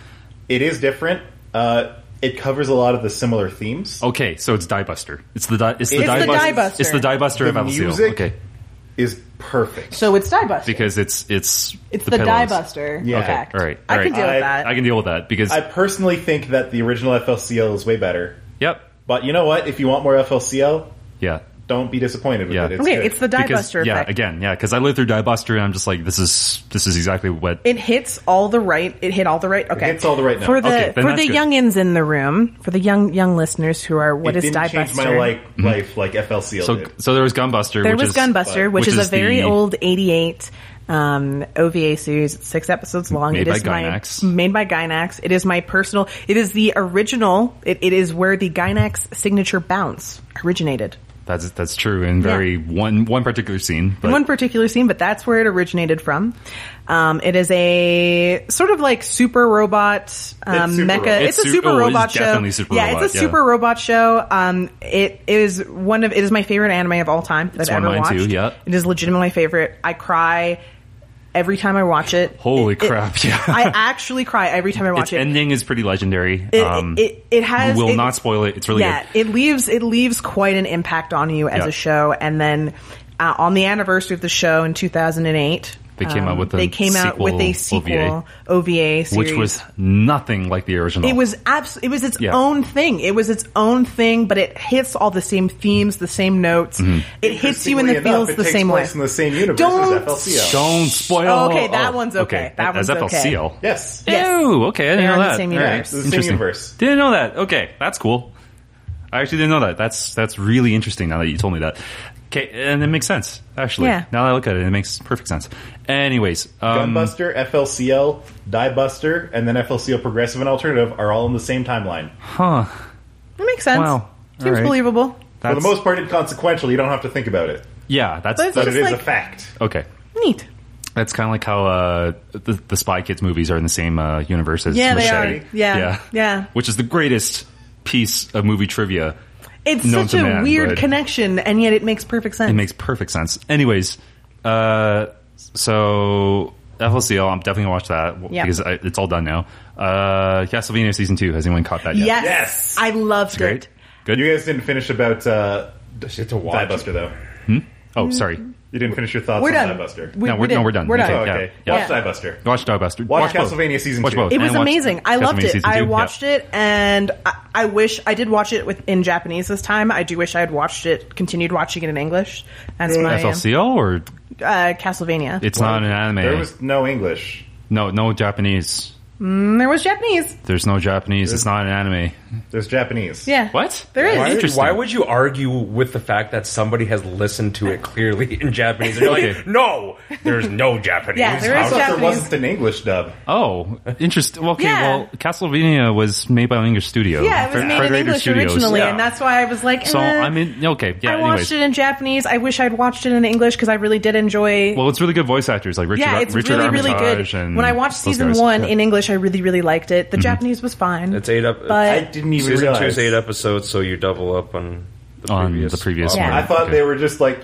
Speaker 4: It is different. Uh, it covers a lot of the similar themes.
Speaker 2: Okay, so it's Die Buster. It's the di- it's the
Speaker 4: It's
Speaker 2: Die
Speaker 4: the
Speaker 2: Buster.
Speaker 4: Die
Speaker 3: Buster.
Speaker 2: It's the Die Buster of
Speaker 4: The
Speaker 2: Alice Seal.
Speaker 4: music-
Speaker 2: Okay,
Speaker 4: Is perfect.
Speaker 3: So it's Die Buster.
Speaker 2: because it's it's
Speaker 3: it's the, Die
Speaker 2: pillows.
Speaker 3: Buster.
Speaker 4: Yeah.
Speaker 2: Okay,
Speaker 3: effect.
Speaker 2: all right,
Speaker 3: I
Speaker 2: all
Speaker 3: can
Speaker 2: right.
Speaker 3: deal
Speaker 4: I-
Speaker 3: with that.
Speaker 2: I can deal with that because
Speaker 4: I personally think that the original FLCL is way better.
Speaker 2: yep,
Speaker 4: But you know what? If you want more FLCL,
Speaker 2: yeah.
Speaker 4: don't be disappointed with
Speaker 2: Yeah.
Speaker 4: it. It's
Speaker 3: okay,
Speaker 4: good.
Speaker 3: it's the Die
Speaker 2: because,
Speaker 3: Buster
Speaker 2: yeah,
Speaker 3: effect.
Speaker 2: again, yeah, because I lived through Die Buster and I'm just like, this is this is exactly what
Speaker 3: It hits all the right. It hit all the right. Okay,
Speaker 4: hits all the right notes.
Speaker 3: for the
Speaker 2: Okay, then
Speaker 3: for
Speaker 2: that's
Speaker 3: the
Speaker 2: good.
Speaker 3: youngins in the room. For the young young listeners who are what
Speaker 4: it
Speaker 3: is
Speaker 4: didn't
Speaker 3: Die
Speaker 4: change
Speaker 3: Buster?
Speaker 4: my like life like
Speaker 2: Mm-hmm.
Speaker 4: FLCL
Speaker 2: So
Speaker 4: did.
Speaker 2: so there was Gunbuster.
Speaker 3: there
Speaker 2: which
Speaker 3: was
Speaker 2: is, uh,
Speaker 3: Gunbuster, which,
Speaker 2: which
Speaker 3: is,
Speaker 2: is
Speaker 3: a very
Speaker 2: the-
Speaker 3: old '88 um, OVA series. It's six episodes long.
Speaker 2: Made
Speaker 3: it
Speaker 2: by
Speaker 3: is my
Speaker 2: Gainax.
Speaker 3: made by Gynax. It is my personal. It is the original. It, it is where the Gynax signature bounce originated.
Speaker 2: That's that's true in very one one particular scene. But
Speaker 3: one particular scene, but that's where it originated from. Um, it is a sort of like super robot um,
Speaker 4: It's super
Speaker 3: mecha.
Speaker 4: robot.
Speaker 2: It's
Speaker 3: It's, a
Speaker 2: su-
Speaker 3: super
Speaker 2: oh, it is
Speaker 3: robot show.
Speaker 2: definitely super
Speaker 3: yeah,
Speaker 2: robot,
Speaker 3: it's a
Speaker 2: yeah.
Speaker 3: super robot show. Um, it is one of it is my favorite anime of all time that I've
Speaker 2: one
Speaker 3: ever
Speaker 2: of mine
Speaker 3: watched.
Speaker 2: too, yeah.
Speaker 3: it is legitimately my favorite. I cry every time I watch it.
Speaker 2: holy
Speaker 3: It- it-
Speaker 2: crap! Yeah,
Speaker 3: I actually cry every time I
Speaker 2: its
Speaker 3: watch it.
Speaker 2: ending is pretty legendary.
Speaker 3: It,
Speaker 2: um,
Speaker 3: it, it has
Speaker 2: will
Speaker 3: it-
Speaker 2: not spoil it. It's really
Speaker 3: yeah,
Speaker 2: good.
Speaker 3: it leaves it leaves quite an impact on you as
Speaker 2: Yeah.
Speaker 3: a show, and then uh, on the anniversary of the show in 2008,
Speaker 2: They came out with a
Speaker 3: um, they came out with a
Speaker 2: sequel
Speaker 3: sequel OVA, series.
Speaker 2: which was nothing like the original.
Speaker 3: it was abs- it was its
Speaker 2: Yeah.
Speaker 3: own thing. It was its own thing, but it hits all the same themes, the same notes.
Speaker 2: Mm-hmm.
Speaker 3: It hits you in the
Speaker 4: Interestingly enough,
Speaker 3: feels
Speaker 4: it
Speaker 3: the
Speaker 4: takes
Speaker 3: same way.
Speaker 4: place in the same universe
Speaker 3: Don't-
Speaker 4: as FLCL.
Speaker 2: Don't spoil. Oh,
Speaker 3: Okay, that one's okay. That
Speaker 2: As
Speaker 3: one's okay.
Speaker 2: FLCL.
Speaker 4: Yes.
Speaker 3: Yes.
Speaker 2: Ew, okay, I didn't
Speaker 3: They're
Speaker 2: know
Speaker 3: in the
Speaker 2: that.
Speaker 3: same
Speaker 2: All right,
Speaker 3: universe.
Speaker 4: The same
Speaker 2: interesting.
Speaker 4: universe.
Speaker 2: Didn't know that. Okay, that's cool. I actually didn't know that. That's that's really interesting now that you told me that. Okay, and it makes sense actually.
Speaker 3: Yeah.
Speaker 2: Now that I look at it, it makes perfect sense. Anyways, um,
Speaker 4: Gunbuster, FLCL, Die Buster, and then FLCL Progressive and Alternative are all in the same timeline.
Speaker 2: huh?
Speaker 3: It makes sense.
Speaker 2: Wow. All
Speaker 3: Seems
Speaker 2: right.
Speaker 3: believable.
Speaker 4: For
Speaker 2: That's,
Speaker 4: the most part, inconsequential. You don't have to think about it.
Speaker 2: yeah. That's
Speaker 3: But it's
Speaker 4: But
Speaker 2: that's-
Speaker 4: it
Speaker 3: It's
Speaker 4: is
Speaker 3: like-
Speaker 4: a fact.
Speaker 2: okay.
Speaker 3: Neat.
Speaker 2: That's kind of like how uh, the, the Spy Kids movies are in the same uh, universe as
Speaker 3: Yeah, they
Speaker 2: Machete.
Speaker 3: are. Yeah,
Speaker 2: yeah,
Speaker 3: yeah.
Speaker 2: Which is the greatest piece of movie trivia.
Speaker 3: It's
Speaker 2: known
Speaker 3: such
Speaker 2: to
Speaker 3: a
Speaker 2: man,
Speaker 3: weird
Speaker 2: but-
Speaker 3: connection, and yet it makes perfect sense.
Speaker 2: It makes perfect sense. Anyways, uh, so FLCL, I'm definitely gonna watch that w-
Speaker 3: Yeah.
Speaker 2: because I, it's all done now. Uh, Castlevania season two. Has anyone caught that yet?
Speaker 3: yes.
Speaker 4: Yes.
Speaker 3: I loved
Speaker 2: great.
Speaker 3: it.
Speaker 2: Good.
Speaker 4: You guys didn't finish about uh,
Speaker 1: It's a
Speaker 4: Die
Speaker 1: watch.
Speaker 4: Buster, though.
Speaker 2: oh,
Speaker 3: Mm-hmm.
Speaker 2: sorry.
Speaker 4: You didn't finish your thoughts
Speaker 3: We're
Speaker 4: on
Speaker 3: done.
Speaker 4: Die Buster.
Speaker 2: No, we're-
Speaker 3: did.
Speaker 2: no, we're done.
Speaker 3: We're done.
Speaker 2: Okay.
Speaker 4: Oh,
Speaker 2: yeah,
Speaker 4: okay.
Speaker 2: yeah.
Speaker 4: Watch Die Buster.
Speaker 2: Watch Dogbuster.
Speaker 4: Watch
Speaker 2: both.
Speaker 4: Castlevania season
Speaker 2: Watch
Speaker 4: two.
Speaker 2: both.
Speaker 3: It was
Speaker 2: And watch
Speaker 3: amazing. I loved
Speaker 2: Castlevania
Speaker 3: it.
Speaker 2: season
Speaker 3: I
Speaker 2: two.
Speaker 3: watched
Speaker 2: Yeah.
Speaker 3: it, and I, I wish I did watch it with in Japanese this time. I do wish I had watched it, continued watching it in English. That's my um,
Speaker 2: FLCL or
Speaker 3: uh, Castlevania.
Speaker 2: it's not an anime.
Speaker 4: There was no English.
Speaker 2: no, no Japanese.
Speaker 3: and there was Japanese.
Speaker 2: There's no Japanese. It's not an anime.
Speaker 4: There's Japanese.
Speaker 3: Yeah.
Speaker 2: What?
Speaker 3: There is.
Speaker 2: Why-
Speaker 1: Why,
Speaker 2: Interesting.
Speaker 1: why would you argue with the fact that somebody has listened to it clearly in Japanese? And you're
Speaker 2: Okay.
Speaker 1: like, no, there's no Japanese.
Speaker 3: Yeah, there
Speaker 4: I
Speaker 3: is
Speaker 4: thought
Speaker 3: Japanese.
Speaker 4: there wasn't an English dub.
Speaker 2: Oh, interesting. Okay,
Speaker 3: Yeah.
Speaker 2: well, Castlevania was made by an English studio.
Speaker 3: Yeah, it was
Speaker 2: Fre-
Speaker 3: made in
Speaker 2: Frederator
Speaker 3: English
Speaker 2: Studios.
Speaker 3: originally,
Speaker 1: yeah.
Speaker 3: and that's why I was like,
Speaker 2: So
Speaker 3: eh.
Speaker 2: I mean, okay, yeah.
Speaker 3: I
Speaker 2: anyways,
Speaker 3: watched it in Japanese. I wish I'd watched it in English because I really did enjoy.
Speaker 2: Well, it's really good voice actors like Richard.
Speaker 3: yeah, it's
Speaker 2: Richard
Speaker 3: really, really
Speaker 2: Armitage
Speaker 3: good.
Speaker 2: And
Speaker 3: When I watched
Speaker 2: those
Speaker 3: season
Speaker 2: guys. Mm-hmm.
Speaker 3: one in English, I really, really liked it. The Japanese was fine.
Speaker 5: It's eight up.
Speaker 3: But-
Speaker 4: I didn't even
Speaker 5: season
Speaker 4: realize.
Speaker 5: two's eight episodes, so you double up on the
Speaker 2: On
Speaker 5: previous
Speaker 2: the previous
Speaker 5: one.
Speaker 3: Yeah.
Speaker 4: I thought
Speaker 2: Okay.
Speaker 4: they were just like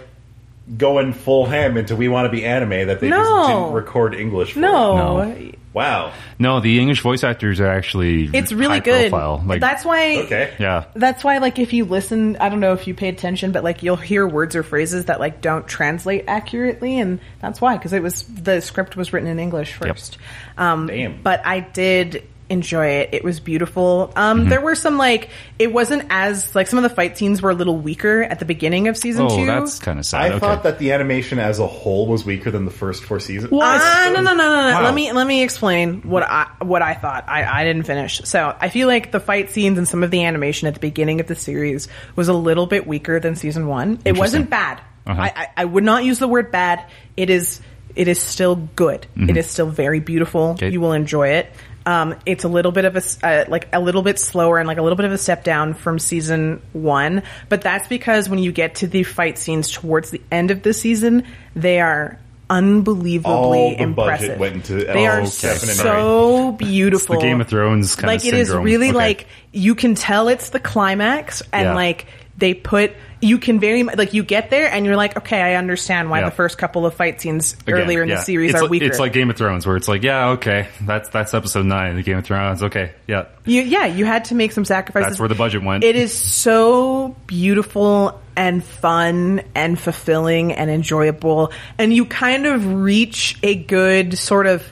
Speaker 4: going full ham into "We Want to Be Anime" that they
Speaker 3: No.
Speaker 4: just didn't record English. For.
Speaker 3: no.
Speaker 2: No.
Speaker 4: Wow.
Speaker 2: no, the English voice actors are actually
Speaker 3: It's really
Speaker 2: high
Speaker 3: good.
Speaker 2: Profile. Like
Speaker 3: that's why.
Speaker 4: Okay.
Speaker 2: yeah,
Speaker 3: That's why, like, if you listen, I don't know if you pay attention, but like, you'll hear words or phrases that like don't translate accurately, and that's why because it was the script was written in English first. Um,
Speaker 4: Damn.
Speaker 3: But I did enjoy it. It was beautiful. Um,
Speaker 2: Mm-hmm.
Speaker 3: There were some like it wasn't as like some of the fight scenes were a little weaker at the beginning of season
Speaker 2: Oh,
Speaker 3: two.
Speaker 2: that's kind of
Speaker 4: I
Speaker 2: sad.
Speaker 4: thought
Speaker 2: okay.
Speaker 4: that the animation as a whole was weaker than the first four seasons.
Speaker 3: Ah, no, no, no, no, no.
Speaker 2: Wow.
Speaker 3: Let me let me explain what I what I thought. I, I didn't finish. So I feel like the fight scenes and some of the animation at the beginning of the series was a little bit weaker than season one. It wasn't bad.
Speaker 2: Uh-huh.
Speaker 3: I, I I would not use the word bad. It is it is still good. It is still very beautiful.
Speaker 2: Mm-hmm. Okay.
Speaker 3: You will enjoy it. Um, it's a little bit of a s- uh, like a little bit slower and like a little bit of a step down from season one, but that's because when you get to the fight scenes towards the end of the season, they are unbelievably
Speaker 4: All the budget
Speaker 3: impressive.
Speaker 4: went into-
Speaker 3: they are
Speaker 4: oh, Stefan and
Speaker 3: so beautiful.
Speaker 2: the Game of Thrones kind
Speaker 3: like
Speaker 2: of
Speaker 3: it is
Speaker 2: syndrome.
Speaker 3: really
Speaker 2: Okay.
Speaker 3: like you can tell it's the climax and
Speaker 2: Yeah.
Speaker 3: like they put you can very mu- like you get there and you're like okay I understand why
Speaker 2: Yeah.
Speaker 3: the first couple of fight scenes
Speaker 2: Again,
Speaker 3: earlier in
Speaker 2: yeah.
Speaker 3: the series
Speaker 2: it's
Speaker 3: are
Speaker 2: like,
Speaker 3: weaker.
Speaker 2: It's like Game of Thrones, where it's like, yeah, okay, that's that's episode nine of the Game of Thrones. Okay, yeah,
Speaker 3: You, yeah, you had to make some sacrifices.
Speaker 2: That's where the budget went.
Speaker 3: It is so beautiful and fun and fulfilling and enjoyable, and you kind of reach a good sort of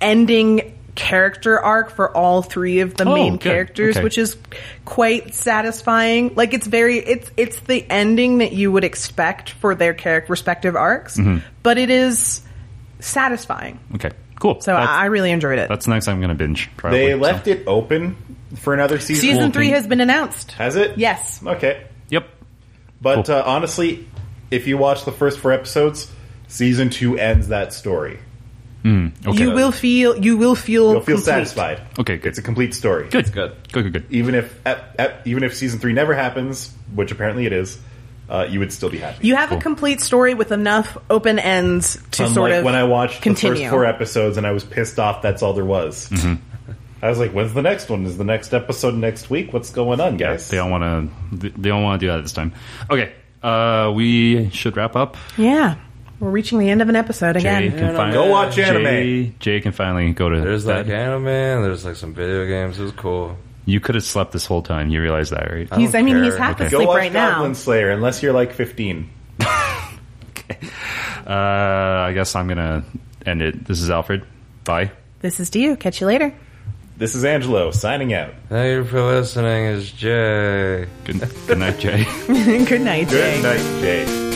Speaker 3: ending character arc for all three of the
Speaker 2: Oh,
Speaker 3: main
Speaker 2: good.
Speaker 3: characters,
Speaker 2: Okay.
Speaker 3: which is quite satisfying. Like it's very it's it's the ending that you would expect for their character respective arcs,
Speaker 2: Mm-hmm.
Speaker 3: but it is satisfying.
Speaker 2: okay, cool.
Speaker 3: So
Speaker 2: that's,
Speaker 3: I, I really enjoyed it.
Speaker 2: that's next. I'm gonna binge. Probably,
Speaker 4: They
Speaker 2: so.
Speaker 4: left it open for another season.
Speaker 3: Season
Speaker 2: Cool.
Speaker 3: three has been announced.
Speaker 4: Has it?
Speaker 3: Yes.
Speaker 4: Okay.
Speaker 2: Yep.
Speaker 4: But
Speaker 2: Cool.
Speaker 4: uh, honestly, if you watch the first four episodes, season two ends that story.
Speaker 2: Okay.
Speaker 3: You will feel. You will feel.
Speaker 4: You'll feel
Speaker 3: complete.
Speaker 4: satisfied.
Speaker 2: Okay, good.
Speaker 4: It's a complete story.
Speaker 2: good.
Speaker 5: good.
Speaker 2: Good. Good. Good.
Speaker 4: Even if ep- ep- even if season three never happens, which apparently it is, uh, you would still be happy.
Speaker 3: You have a complete story with enough open ends to
Speaker 4: Unlike
Speaker 3: sort of
Speaker 4: when I watched
Speaker 3: continue.
Speaker 4: the first four episodes and I was pissed off. That's all there was. I was like, "When's the next one? Is the next episode next week? What's going on,
Speaker 2: Yeah,
Speaker 4: guys?"
Speaker 2: they don't want to. They don't want to do that this time. Okay. Uh, we should wrap up.
Speaker 3: yeah, we're reaching the end of an episode
Speaker 2: Jay
Speaker 3: again.
Speaker 2: can finally
Speaker 4: Go watch anime.
Speaker 2: Jay, Jay can finally go to
Speaker 1: There's like
Speaker 2: bed.
Speaker 1: anime, and there's like some video games. It was cool.
Speaker 2: You could have slept this whole time. You realize that, right?
Speaker 4: Uh-huh.
Speaker 3: he's. I
Speaker 1: don't
Speaker 3: mean, he's
Speaker 1: care.
Speaker 3: half
Speaker 2: Okay.
Speaker 4: Go
Speaker 3: asleep
Speaker 4: watch
Speaker 3: right
Speaker 4: Goblin
Speaker 3: now.
Speaker 4: Slayer unless you're like 15.
Speaker 2: Uh, I guess I'm gonna end it. This is Alfred. Bye.
Speaker 3: This is Dio. Catch you later.
Speaker 4: This is Angelo signing out.
Speaker 1: Thank you for listening. It's Jay.
Speaker 2: Good, good night, Jay.
Speaker 3: Good night, Jay.
Speaker 4: Good night, Jay.